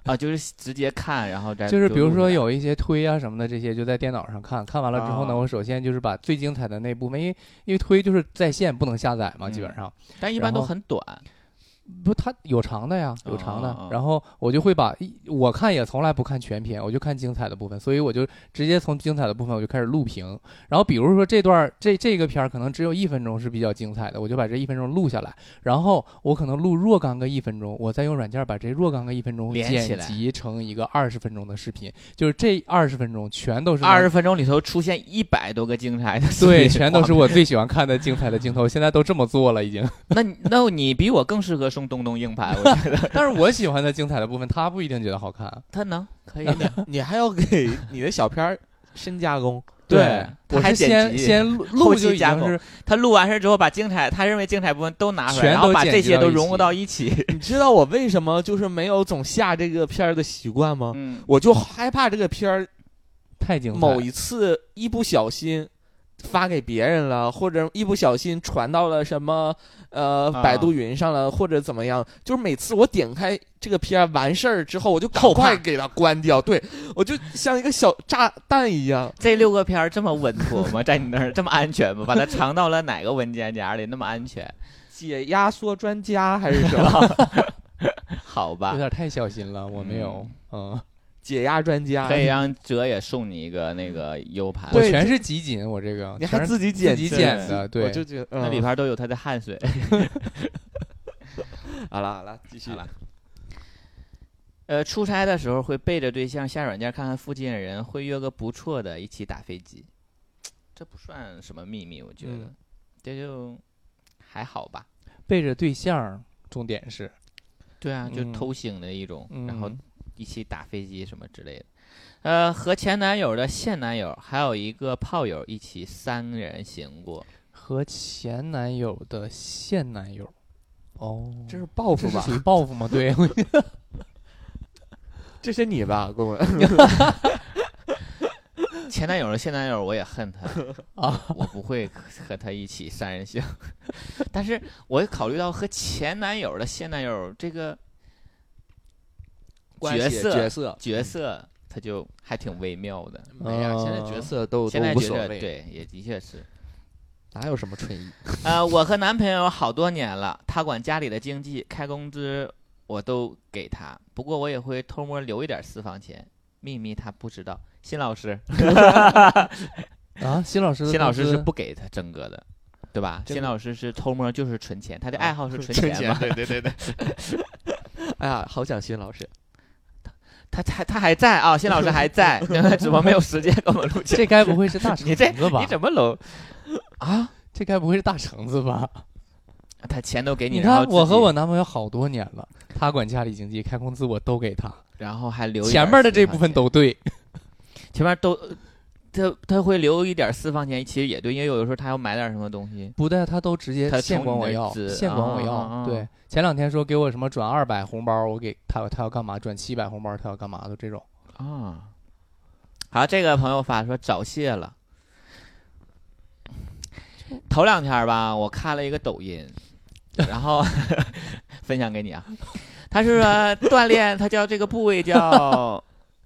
啊？就是直接看，然后再
就是比如
录
说
下来
有一些推啊什么的，这些就在电脑上看，看完了之后呢，
啊
我首先就是把最精彩的那部分，因为因为推就是在线不能下载嘛，
嗯
基本上
但一般
然
都
后
很短。
不它有长的呀，有长
哦哦
的
哦，
然后我就会把一我看也从来不看全篇，我就看精彩的部分，所以我就直接从精彩的部分我就开始录屏，然后比如说这段儿这这个片儿可能只有一分钟是比较精彩的，我就把这一分钟录下来，然后我可能录若干个一分钟，我再用软件儿把这若干个一分钟
连起
剪
来
辑成一个二十分钟的视频，就是这二十分钟全都是
二十分钟里头出现一百多个精彩的 视频画哦面，
对，全都是我最喜欢看的精彩的镜头，现在都这么做了已经。
那你那你比我更适合送东东硬盘，我 觉得
但是我喜欢的精彩的部分，他不一定觉得好看。
他能可以
你 你还要给你的小片儿深加工，
对
我
他还
是
剪
先
辑
先录
后
录
期
就已
加
经
工
是
他录完事之后，把精彩他认为精彩部分都拿出来，
全
然后
都
把
剪
这
辑
些
到
都
一
融
起
入到一 起。
你知道我为什么就是没有总下这个片儿的习惯吗？
嗯，
我就害怕这个片儿
太精彩。
某一次一不小心发给别人了，或者一不小心传到了什么呃
啊
百度云上了，或者怎么样，就是每次我点开这个片儿完事儿之后，我就赶
后怕
快给它关掉， 对我就像一个小炸弹一样。
这六个片儿这么稳妥吗？在你那儿这么安全吗？把它藏到了哪个文件夹里？那么安全？
解压缩专家还是什么
好
有
吧，
点太小心了，我没有，嗯，
解压专家？
可以让哲也送你一个那个 U 盘，
我
对
全是集锦，我这个
你
全
还
是
自己
自
剪
己
辑
剪的，
我
对，
就觉得、嗯、
那里边都有他的汗水。
好了好了，继续
好了呃，出差的时候会背着对象下软件看看附近的人，会约个不错的一起打飞机。这不算什么秘密，我觉得、
嗯
这就还好吧。
背着对象儿，重点是，
对啊，就
嗯
偷腥的一种，
嗯、
然后一起打飞机什么之类的。呃，和前男友的现男友还有一个炮友一起三个人行过，
和前男友的现男友，哦，
这是报
这
复
是
吧
属？于报复吗？对，我
这是你吧，公公？
前男友的现男友我也恨他
啊，
我不会和他一起三人行， 但是我考虑到和前男友的现男友这个
关系
角色
角色
角色，他就还挺微妙的。
嗯没呀，嗯现在角色都都
现在
无
觉
所
得
谓，，
对，也的确是。
哪有什么春意？
呃，我和男朋友好多年了，他管家里的经济，开工资我都给他，不过我也会偷摸留一点私房钱，秘密他不知道。辛老 师，
啊，辛老师的
辛老师
工
是
资
不给他真哥的，对吧？
真
辛
的
老师是偷摸就是存钱，他的
啊
爱好是
存
钱嘛。
对对对对。哎呀，好想新老师，
他他他还在啊，辛老师还在， 只不过没有时间给我们录节目。
这该不会是大
你
橙
这
子吧
你？怎么搂啊？
这该不会是大橙子吧？
他钱都给
你
然后
看，我
自己
和我男朋友好多年了，他管家里经济，开工资我都给他，
然后还留一点
前面的这
私房
部分
钱
都对，
前面都，呃他他会留一点私房钱，其实也对，因为有的时候他要买点什么东西，
不对，他都直接
他
现
从
管
你
我
那
要，
儿指
现管我要。
啊啊啊
对，前两天说给我什么转二百红包，我给他他要干嘛？转七百红包他要干嘛的这种。
啊。好，这个朋友发说早泄了。头两天吧，我看了一个抖音， 然后分享给你啊。他是说锻炼，他叫这个部位叫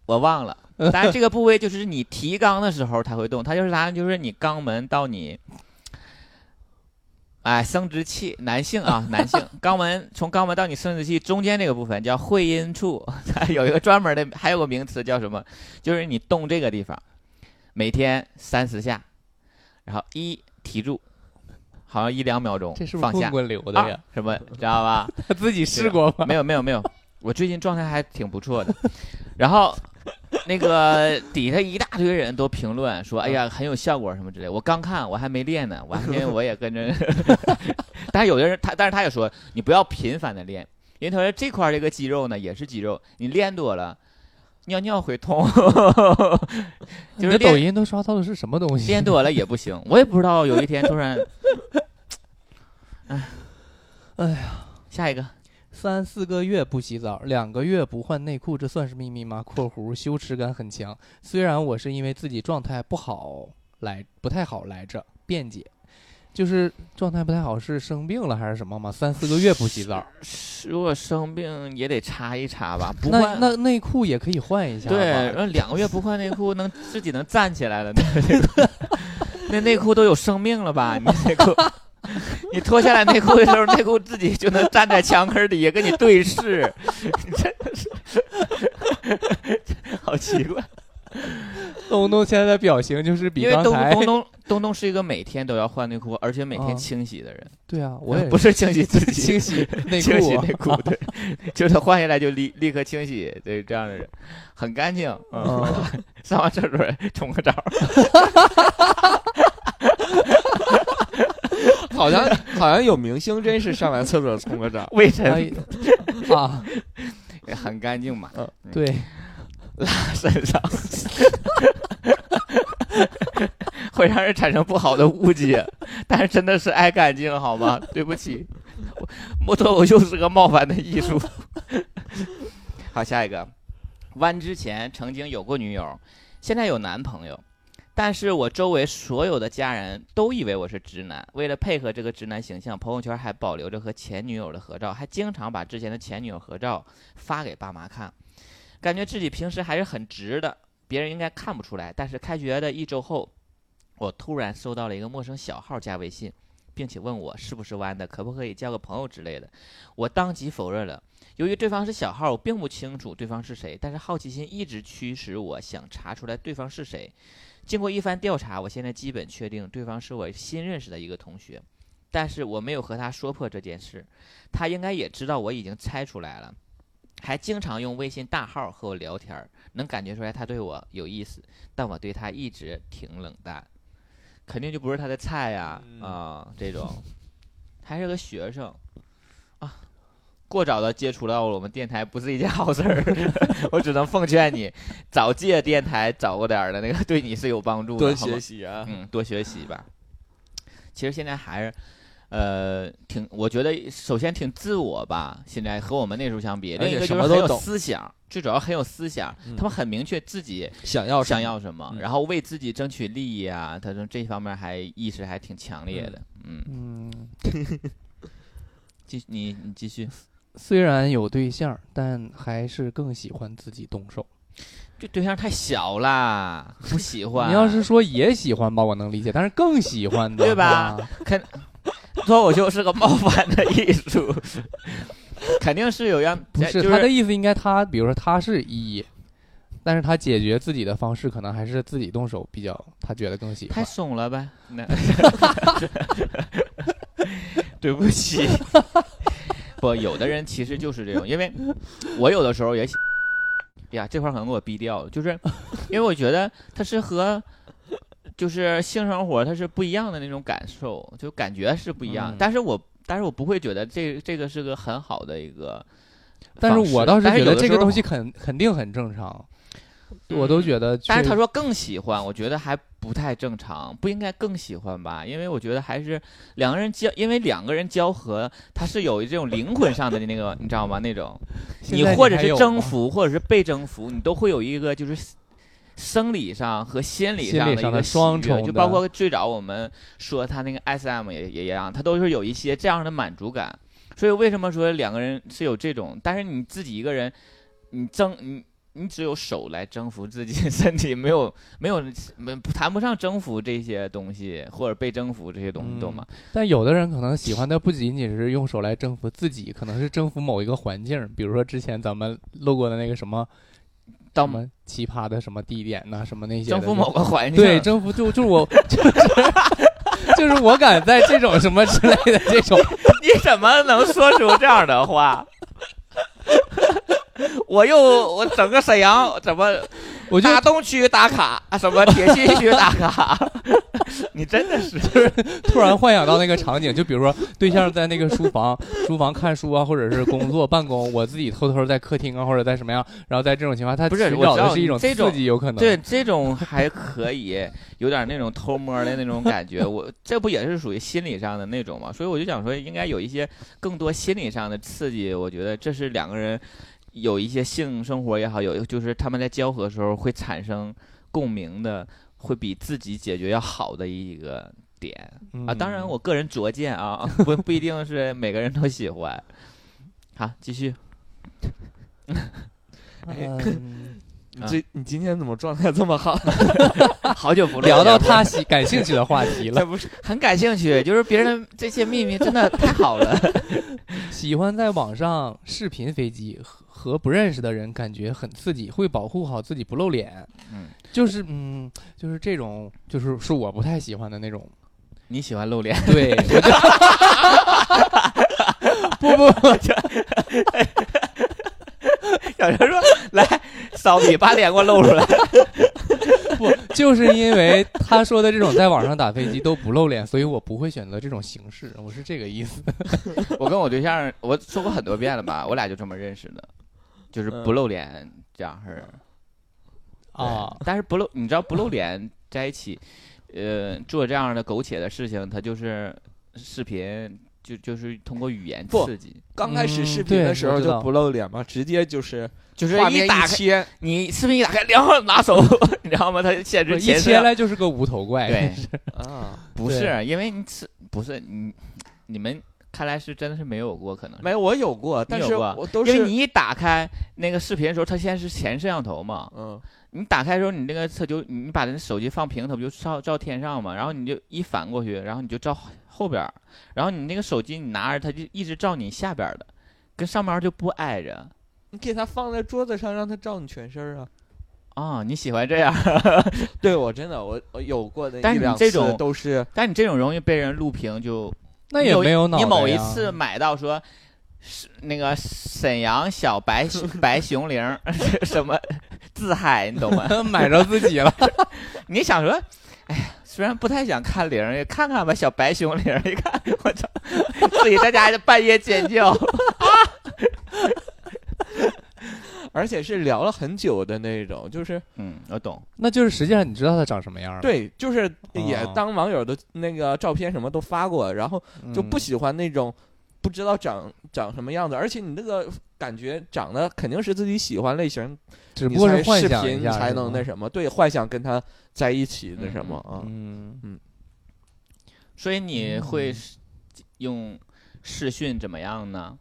我忘了，但是这个部位就是你提肛的时候它会动，它就是啥？就是你肛门到你。哎，生殖器，男性啊，男性肛门从肛门到你生殖器中间这个部分叫会阴处， 有一个专门的，还有个名词叫什么？就是你动这个地方，每天三十下，然后一提住，好像一两秒钟，
这是不
放啊
是棍
下
棍留的
啊
呀？啊
什么，知道吧？
他自己试过吗？
没有没有没有，我最近状态还挺不错的。然后那个底下一大堆人都评论说，哎呀很有效果什么之类。我刚看我还没练呢，我还因为我也跟着。 但是有的人他，但是他也说你不要频繁的练，因为他说这块儿这个肌肉呢也是肌肉，你练多了。尿尿会痛， 就
你
是
的
练
抖音都刷到的是什么东西？
练多了也不行，我也不知道有一天突 然，哎，
哎
呀，下一个，
三四个月不洗澡，两个月不换内裤，这算是秘密吗？（括弧羞耻感很强。）虽然我是因为自己状态不好来不太好来着辩解，就是状态不太好是生病了还是什么吗？三四个月不洗澡，
如果生病也得擦一擦 吧，不
那
换
那内裤也可以换一下吧。
对， 然后两个月不换内裤，能自己能站起来了，那内 裤那内裤都有生命了 吧？你内裤，你脱下来内裤的时候，内裤自己就能站在墙根儿底下跟你对 视，你真的是好奇怪。
东东现在的表情就是比
因为
刚
东
才
东东东东是一个每天都要换内裤，而且每天
啊
清洗的人。
对啊， 我也
不是清洗自己，
清洗 内
清洗
裤啊
内裤，对，就是他换下来就立立刻清洗，对，这样的人很干净，嗯，
啊，
上完厕所冲个澡，。
好像好像有明星真是上完厕所冲个澡
卫生
哎啊，
很干净嘛，
嗯对，
身上 会让人产生不好的误解，但是真的是爱干净，好吗？对不起，我脱口秀是个冒犯的艺术。 好，下一个，弯之前曾经有过女友，现在有男朋友，但是我周围所有的家人都以为我是直男。为了配合这个直男形象，朋友圈还保留着和前女友的合照，还经常把之前的前女友合照发给爸妈看。感觉自己平时还是很直的，别人应该看不出来。但是开学的一周后，我突然收到了一个陌生小号加微信，并且问我是不是弯的，可不可以交个朋友之类的。我当即否认了。由于对方是小号，我并不清楚对方是谁，但是好奇心一直驱使我想查出来对方是谁。经过一番调查，我现在基本确定对方是我新认识的一个同学，但是我没有和他说破这件事，他应该也知道我已经猜出来了。还经常用微信大号和我聊天儿，能感觉出来他对我有意思，但我对他一直挺冷淡，肯定就不是他的菜呀啊、这种，还是个学生啊，过早的接触到我们电台不是一件好事儿， 我只能奉劝你，早戒电台早过点儿的那个对你是有帮助的，
多
好吗
学习啊！
嗯，多学习吧。其实现在还是，呃，挺，我觉得首先挺自我吧。现在和我们那时候相比，
而
另一
且
个就是
什么
很
都
有
懂
思想，最主要很有思想，他们很明确自己
想要
想要什么，
嗯
然后为自己争取利益啊。他说这方面还意识还挺强烈的。嗯，
嗯，
继你你继续，
虽然有对象，但还是更喜欢自己动手。
这对象太小 啦，不喜欢。
你要是说也喜欢吧，我能理解，但是更喜欢的 话，
对吧肯脱口秀是个冒犯的艺术， 肯定是有让
不
哎
是、
就
他的意思，应该他，比如说他是一，但是他解决自己的方式可能还是自己动手比较，他觉得更喜
太
欢。
怂了呗？那 对不 起，不，有的人其实就是这种，因为我有的时候也喜，哎呀，这块儿可能给我逼掉了， 就是因为我觉得他是和就是性生活它是不一样的那种感受，就感觉是不一样，
嗯
但是我但是我不会觉得这这个是个很好的一个
但
方式，
是我倒是
但是
觉
有
得
的
这
时
个
候嗯
东西肯肯定很正常，我都觉得。
但是他，说更喜欢，我觉得还不太正常，不应该更喜欢吧？因为我觉得还是两个人交，因为两个人交合，他是有这种灵魂上的那个，你知道吗？那种
现
你
在
或者
还
是
有
征
吗，
服，或者是被征服，你都会有一个就是生理上和心理
心
上
理
的一
上
个
的双
喜悦
重
就
的
包括最早我们说他那个 SM 也也一样，他都是有一些这样的满足感。所以为什么说两个人是有这种，但是你自己一个人，你征你。你只有手来征服自己身体，没有没有没谈不上征服这些东西，或者被征服这些东西，
嗯
懂吗？
但有的人可能喜欢的不仅仅是用手来征服自己，可能是征服某一个环境，比如说之前咱们录过的那个什么
到
什么奇葩的什么地点呐、什么那些的
征服某个环境，
对，征服就就是我就是就是我敢在这种什么之类的这种，
你怎么能说出这样的话？ 我又我整个沈阳怎么
我就
大东区打卡，啊什么铁西区打卡， 你真的是
突然幻想到那个场景，就比如说对象在那个书房，书房看书啊，或者是工作办公，我自己偷偷在客厅啊，或者在什么样，然后在这种情况，他
不是
寻
我
找
知
的
道
是一种
这种
刺激，有可能
对这种还可以，有点那种偷摸的那种感觉。我这不也是属于心理上的那种嘛？所以我就想说，应该有一些更多心理上的刺激。我觉得这是两个人有一些性生活也好，有就是他们在交合的时候会产生共鸣的，会比自己解决要好的一个点
嗯
啊。当然，我个人拙见啊， 不不一定是每个人都喜欢。好，继续。
嗯
你这你今天怎么状态这么好？
好久不录
聊到
节目了
他喜感兴趣的话题了
这。不是很感兴趣，就是别人的这些秘密真的太好了。
喜欢在网上视频飞机和和不认识的人，感觉很刺激，会保护好自己不露脸。
嗯，
就是嗯，就是这种，就是是我不太喜欢的那种。
你喜欢露脸？
对，我就 不不不，
小陈说：“来， 扫笔把脸给我露出来。
不，就是因为他说的这种在网上打飞机都不露脸，所以我不会选择这种形式，我是这个意思。”
我跟我对象我说过很多遍了吧，我俩就这么认识的，就是
嗯
不露脸这样式儿。
啊，
但是不露，你知道不露脸在一起，呃，做这样的苟且的事情，他就是视频，就就是通过语言
不
刺激。
刚开始
嗯
视频
对
的时候
我知道
就不露脸嘛，直接就是
就是
画面
一打开
切，
你视频一打开，然后拿 手，你知道吗？他显
不是
示
一
前
切
摄
来就是个无头怪。
对，
啊，
不
对
是，因为你吃不是你，你们看来是真的是没有过可能是，
没有我有过，啊但
有
是
过
我都
因为
是
你一打开那个视频的时候，它先是前摄像头嘛，
嗯，
你打开的时候，你那个它就你把那手机放平，它不就照照天上嘛，然后你就一反过去，然后你就照后后边儿，然后你那个手机你拿着，它就一直照你下边儿的，跟上面就不挨着。
你给它放在桌子上，让它照你全身儿啊。
啊、你喜欢这样，
对我真的我我有过的
但
一
是你
两
这
次
种
都是
但你这种容易被人录屏就
那也没有脑
你某
袋
一
呀
次买到说是那个沈阳小白白熊铃儿 什么自嗨，你懂吗？
买着自己了，
你想说，哎呀，虽然不太想看铃儿，也看看吧，小白熊铃儿， 一看我操，自己在家就半夜尖 叫，
而且是聊了很久的那种，就是
嗯，我懂，
那就是实际上你知道他长什么样了，
对，就是也
哦
当网友的那个照片什么都发过，然后
嗯
就不喜欢那种不知道长长什么样子，而且你那个感觉长得肯定是自己喜欢类型，
只不过是
你才
幻
视
想一
频
下
才
是
能
吗
那什么，对，幻想跟他在一起那什么啊，
嗯，
所以你会是用视讯怎么样呢？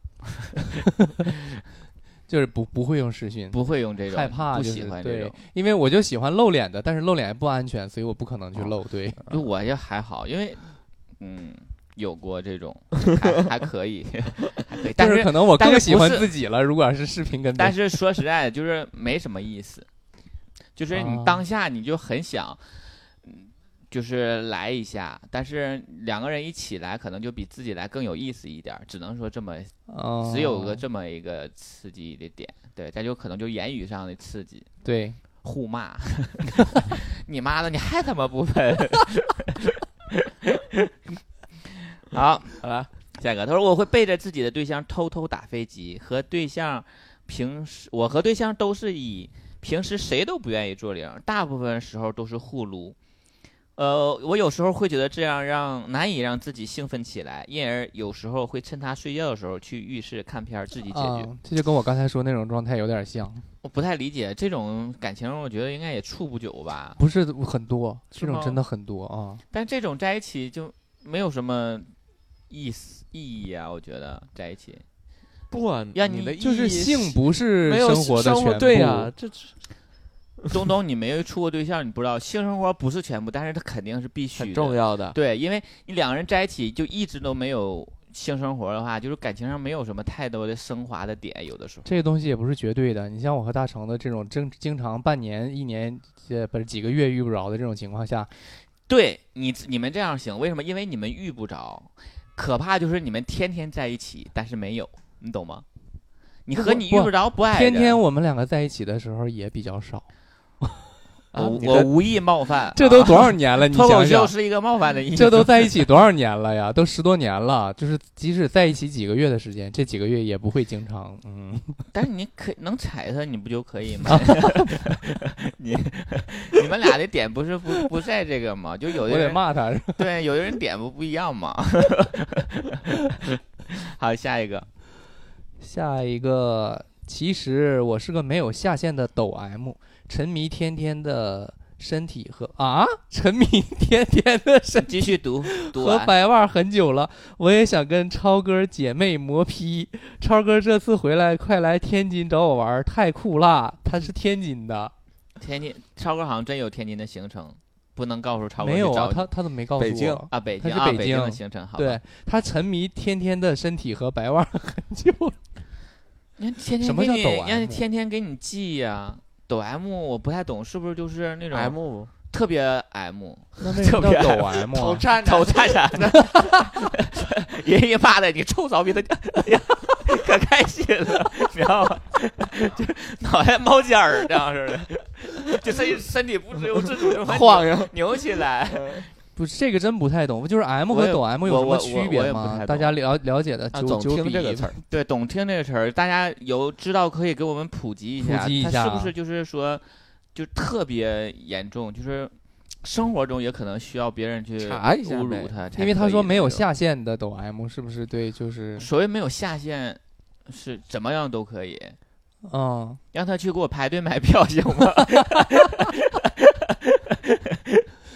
就是不不会用视讯，
不会用这种，
害怕
不
就是
喜欢这
对
种。，
因为我就喜欢露脸的，但是露脸不安全，所以我不可能去
哦
露。 对，
就我也还好，因为嗯，有过这 种，还还可以，还可以，但
就是是可能我
但
更
是
喜
不
欢
是
自己了。如果要是视频跟别
但
人
是说实在的，就是没什么意思，就是你
啊
当下你就很想，嗯，就是来一下，但是两个人一起来，可能就比自己来更有意思一点儿，只能说这么，
哦
只有个这么一个刺激的点，对，再就可能就言语上的刺激。
对，
互骂， 你妈的，你还他妈不喷？ 好，好了，下一个，他说我会背着自己的对象偷偷打飞机，和对象平时我和对象都是以平时谁都不愿意做零，大部分时候都是互撸。呃，我有时候会觉得这样让难以让自己兴奋起来，因而有时候会趁他睡觉的时候去浴室看片儿自己解决。
啊，这就跟我刚才说那种状态有点像，
我不太理解这种感情，我觉得应该也处不久吧。
不是很多，这种
吗
真的很多啊。
但这种在一起就没有什么意思意义啊，我觉得在一起
不啊，
呀
你
你
的
就是
意义
性不是
没有
活的
生
全部，
对呀、这
东东，你没处过对象，你不知道性生活不是全部，但是它肯定是必须
很
的
重。要的。
对，因为你两个人在一起就一直都没有性生活的话，就是感情上没有什么太多的升华的点，有的时候。
这东西也不是绝对的。你像我和大成的这种经经常半年、一年，呃，不是几个月遇不着的这种情况下，
对你你们这样行，为什么？因为你们遇不着，可怕就是你们天天在一起，但是没有，你懂吗？你和你遇
不
不着不爱
天
人
天我们两个在一起的时候也比较少，
啊
啊
我
你
我
的
无意冒犯，
这都
啊
多少年 了？你
脱口
想想
秀，是一个冒 犯的意思，
这都在一起多少年了呀？都十多年了，就是即使在一起几个月的时间，这几个月也不会经常。嗯，
但是你可以能踩他，你不就可以 吗？ 你你们俩的点不是不不在这个吗？就有
我
的
得
人
骂他。
对，有的人点不不一样嘛。 好，下一个，
下一个，其实我是个没有下限的抖 M，沉迷天天的身体和啊，沉迷天天的身
继续读读
和
完。
白袜很久了，我也想跟超哥姐妹磨皮。超哥这次回来，快来天津找我玩儿，太酷啦！他是天津的，
天津超哥好像真有天津的行程，不能告诉超哥
没
去
有啊
找，
他
你
他怎么没告诉我？
北京
啊，北京
他是
啊，
北
北京的
京
行程，好吧
对，他沉迷天天的身体和白袜很久了，
你看天
什
天
么
给
叫
你，
抖
人家
M？
天天给你寄呀、抖 M 我不太懂，是不是就是那种
M
特别 M
那 为什么叫抖 M 啊？
颤抖颤颤的，啊 爷爷骂的你臭骚逼的，哎呀， 可开心了，你知道吗？就是脑袋冒尖儿这样似的，就身身体不自由自主地 往
晃悠，
扭起来。
不是这个真不太懂，就是 M
我
和
也
抖 M
我
有什
我
么
我
区
我
别
也不太
吗？
懂
大家了了解的
啊，
九
总
九
听
比
这个词儿，
对，懂听这个词儿，大家有知道可以给我们普及一下，
普及一
它是
下
不是就是说，就特别严重，就是生活中也可能需要别人去
查一下
侮
呗
辱他，
因为他说没有。下限的抖 M 是不是 对？就是
所谓没有下限，是怎么样都可以。
嗯，
让他去给我排队买票行吗？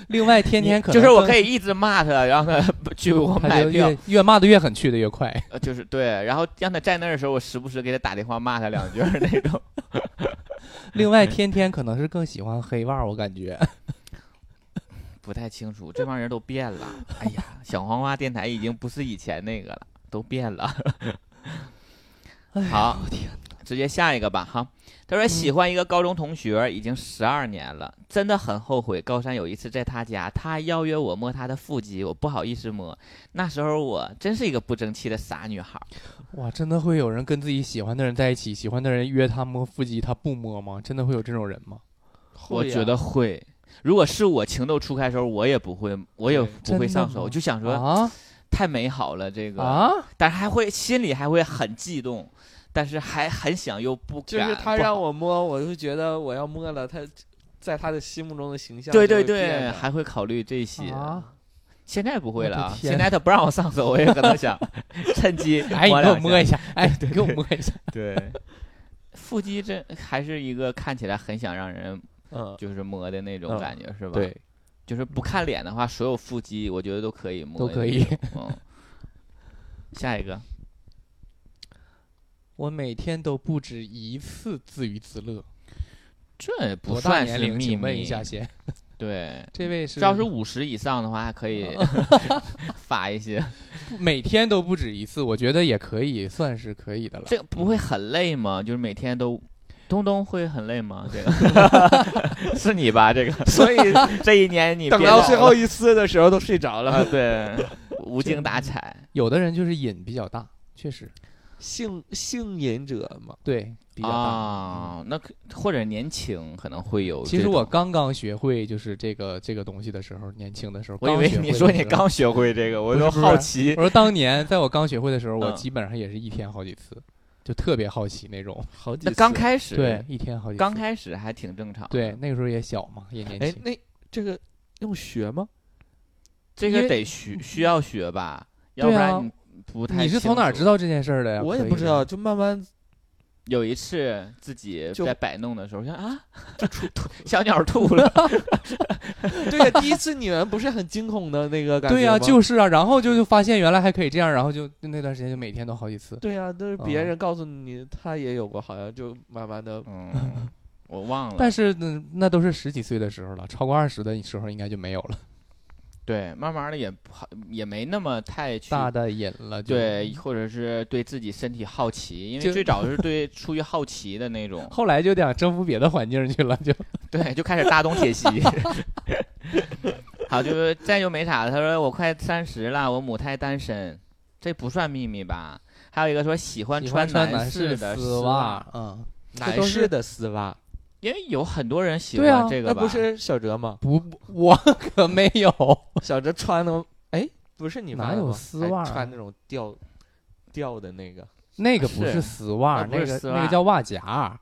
另外 天天可能
就是我可
以
以一直骂他，让他去给我买票
越，越骂的越狠，去的越快。
呃就是对，然后让他在那儿的时候，我时不时给他打电话骂他两句儿那种。
另外天天可能是更喜欢黑袜，我感觉
不太清楚，这帮人都变了。哎呀，小黄瓜电台已经不是以前那个了，都变了。好，直接下一个吧哈。他说喜欢一个高中同学已经十二年了，真的很后悔。高三有一次在他家，他邀约我摸他的腹肌，我不好意思摸。那时候我真是一个不争气的傻女孩儿。
哇，真的会有人跟自己喜欢的人在一起，喜欢的人约他摸腹肌，他不摸吗？真的会有这种人吗？
我
呀
觉得会。啊如果是我情窦初开的时候，我也不会，我也
对
不会
真的
上手，
吗
就想说
啊
太美好了这个，
啊！
但是还会心里还会很激动，但是还很想又不敢。
就是他
不好
让我摸，我就觉得我要摸了他，在他的心目中的形象
对
就
对
会变
对，
了
还会考虑这些。
啊
现在不会了
我
啊
的！天
现在他不让我上手，我也可能 想趁机
哎，你
摸
给我
两
摸一
下。
下，哎，你给我摸一下，
对，腹肌这还是一个看起来很想让人
嗯
就是摸的那种
嗯
感觉，是吧？
对，
就是不看脸的话，所有腹肌我觉得都可以摸，
都可以。
嗯，下一个，
我每天都不止一次自娱自乐。
这不
多大
算
年
是秘
龄？
密。
请问一下先，
对，
这位是嗯
这要是五十以上的话，还可以 发一些，
每天都不止一次，我觉得也可以算是可以的了。
这不会很累吗？就是每天都。东东会很累吗？这个 是你吧？这个，所以 这一年你
等
憋
到
着
最
了
后一次的时候都睡着了，
啊，对， 无精打采。
有的人就是瘾比较大，确实
性性瘾者嘛，
对比较大。嗯
啊，那可或者年轻可能会有这种。
其实我刚刚学会就是这个这个东西的时候，年轻的时候，
我以为
刚学会
你
的
说
时
你
候，
刚学会这个，我
不
就是
不是
好奇
我。说当年在我刚学会的时候，我
嗯
基本上也是一天好几次，就特别好奇那 种。
好几
那刚开始
对，，一天好几次。
刚开始还挺正常。
对，，那个时候也小嘛，也年
哎
轻，。
那这个用学吗？
这
因
个
为
得需需要学吧，
对
要
啊
不然你不太。
你是从哪儿知？道这件事儿的呀？
我也
可以
不知道，就慢 慢
有一次自己
就
在摆弄的时候，想啊，吐 小鸟吐 了，
对呀，第一次你们不是很惊恐的那个感觉
对呀、
吗
就是啊，然后就就发现原来还可以这样，然后就那段时间就每天都好几次。
对呀，都是嗯别
啊
人告诉你他也有过，好像就慢慢的
嗯，我忘了。
但是那那都是十几岁的时候了，超过二十的时候应该就没有了，
对，慢慢的也不好，也没那么太去
大的瘾了就。
对，，或者是对自己身体好奇，因为
就，
最早是对出于好奇的那种
后来就想征服别的环境去了，就
对，就开始大动铁西。 好，就是再就没啥了。他说我快三十了，我母胎单身，这不算秘密吧？还有一个说喜欢
喜欢穿
男
士
士的
丝
袜，，
嗯，这
男
都
士
是
的丝袜，
因为有很多人喜
对啊
欢这个
那
吧？
不是小哲吗？
不，我可没有。
小哲穿的，哎，不是你
哪
发的
有
吗
丝
还
袜啊
穿那种吊吊的那个
那个不是
是
丝袜，
那
那
不是
个
丝袜
那个叫袜夹，
啊，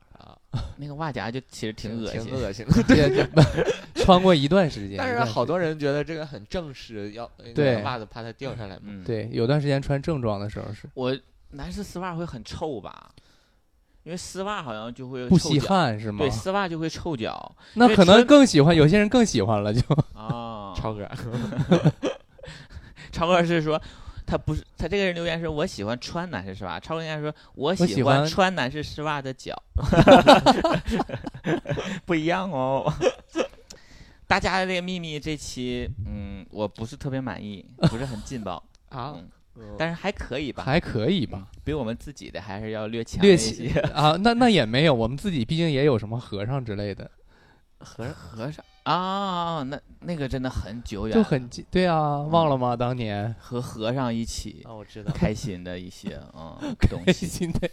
那个袜夹，就其实挺恶心
挺。 恶心的。
也就穿过一段时间。
但
一
是
段时
好多人觉得这个很正式，要那个
对
袜子怕它掉下来嘛。
嗯，，
对，有段时间穿正装的时候是
我男士丝袜会很臭吧？因为丝袜好像就会
不
臭
吸
脚，
汗是吗
对，？丝袜就会臭脚
那
因为
可能
穿
更喜欢，有些人更喜欢了就。
啊。
超哥，
超哥是说。他不是，他这个人留言是我喜欢穿男士丝袜。超哥应该说，我
喜
喜
欢
欢穿男士丝袜的脚，不一样哦。大家的这个秘密这期，嗯，我不是特别满意，不是很劲爆，
啊
嗯，
嗯
但是还可以吧，嗯
还可以吧，
比我们自己的还是要略强
略
一
起
些。
啊，那那也没有，我们自己毕竟也有什么和尚之类的，
和尚，和尚啊，那那个真的很久远
就
了，
很近对啊，忘了
嗯
吗？当年
和和尚一起
啊，我知道，
开心的一些啊、 嗯、东
哦开
西。
心的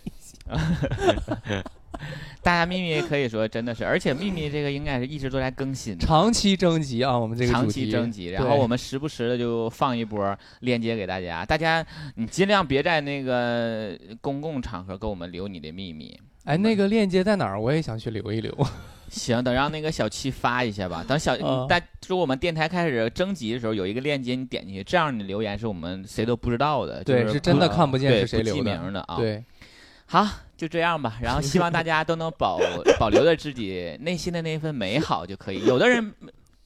大家秘密可以说真的是，而且秘密这个应该是一直都在更新的，
长期征集啊，我们这个
长
主
期
题
征集，然
对
后我们时不时的就放一波链接给大家。大家你尽量别在那个公共场合给我们留你的秘密。
哎，那个链接在哪儿？我也想去留 一留。
行，等让那个小七发一下吧。等小
啊
大，就是我们电台开始征集的时候，有一个链接，你点进去，这样你留言是我们谁都不知道的，
对
就是
真的
不
看不见
对
是谁留
不记
的
名的啊。，
对，
好，就这样吧。然后希望大家都能 保保留着自己内心的那份美好就可以。有的人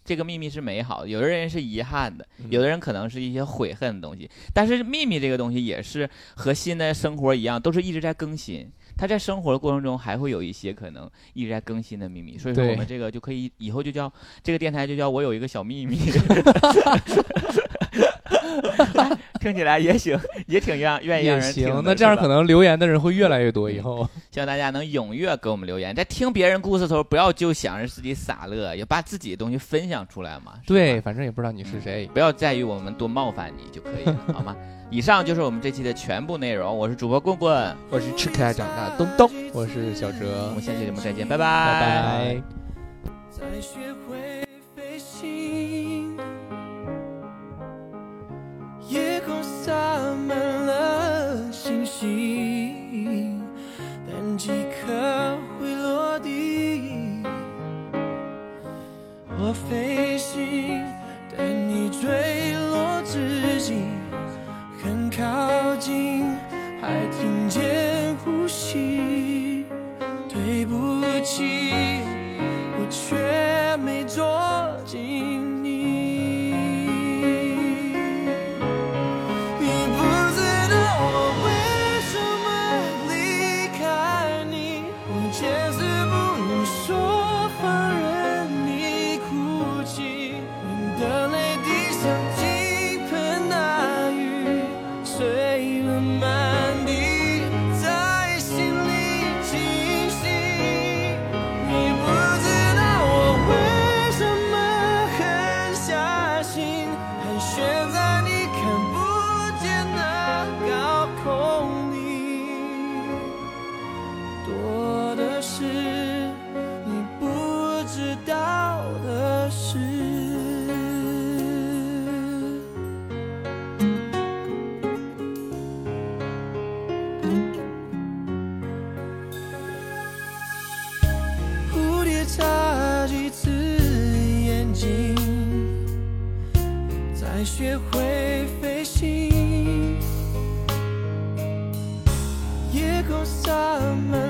这个秘密是美好的，有的人是遗憾的，
嗯
有的人可能是一些悔恨的东西。但是秘密这个东西也是和新的生活一样，都是一直在更新。它在生活的过程中还会有一些可能一直在更新的秘密，所以说
对
我们这个就可以以后就叫这个电台就叫我有一个小秘密， 哎听起来也行，也挺让愿意让
也
人听的
行。那这样
是吧嗯
可能留言的人会越来越多。以后
希望大家能踊跃给我们留言，在听别人故事的时候，不要就想着自己傻乐，也把自己的东西分享出来嘛。是吧
对，，反正也不知道你是谁。
不要在意我们多冒犯你就可以了，好吗？以上就是我们这期的全部内容。我是主播棍棍，
我是吃可爱长大的东东。
我是小
我
哲
们，下期节目再见，拜拜，拜
拜拜。
再学会飞行。夜空洒满了星星，但几颗会落地。我飞行，但你坠落至今，很靠近，还听见呼吸。对不起，我却没捉紧你。你不知道我为什么离开你，我坚持不能说放任你哭泣，你的泪滴像倾盆大雨，碎了满地，在心里清晰。你不知道我为什么狠下心，盘旋在你看不见的高空里。多的是你不知道的事。蝴蝶眨几次眼睛，才学会飞行。夜空洒满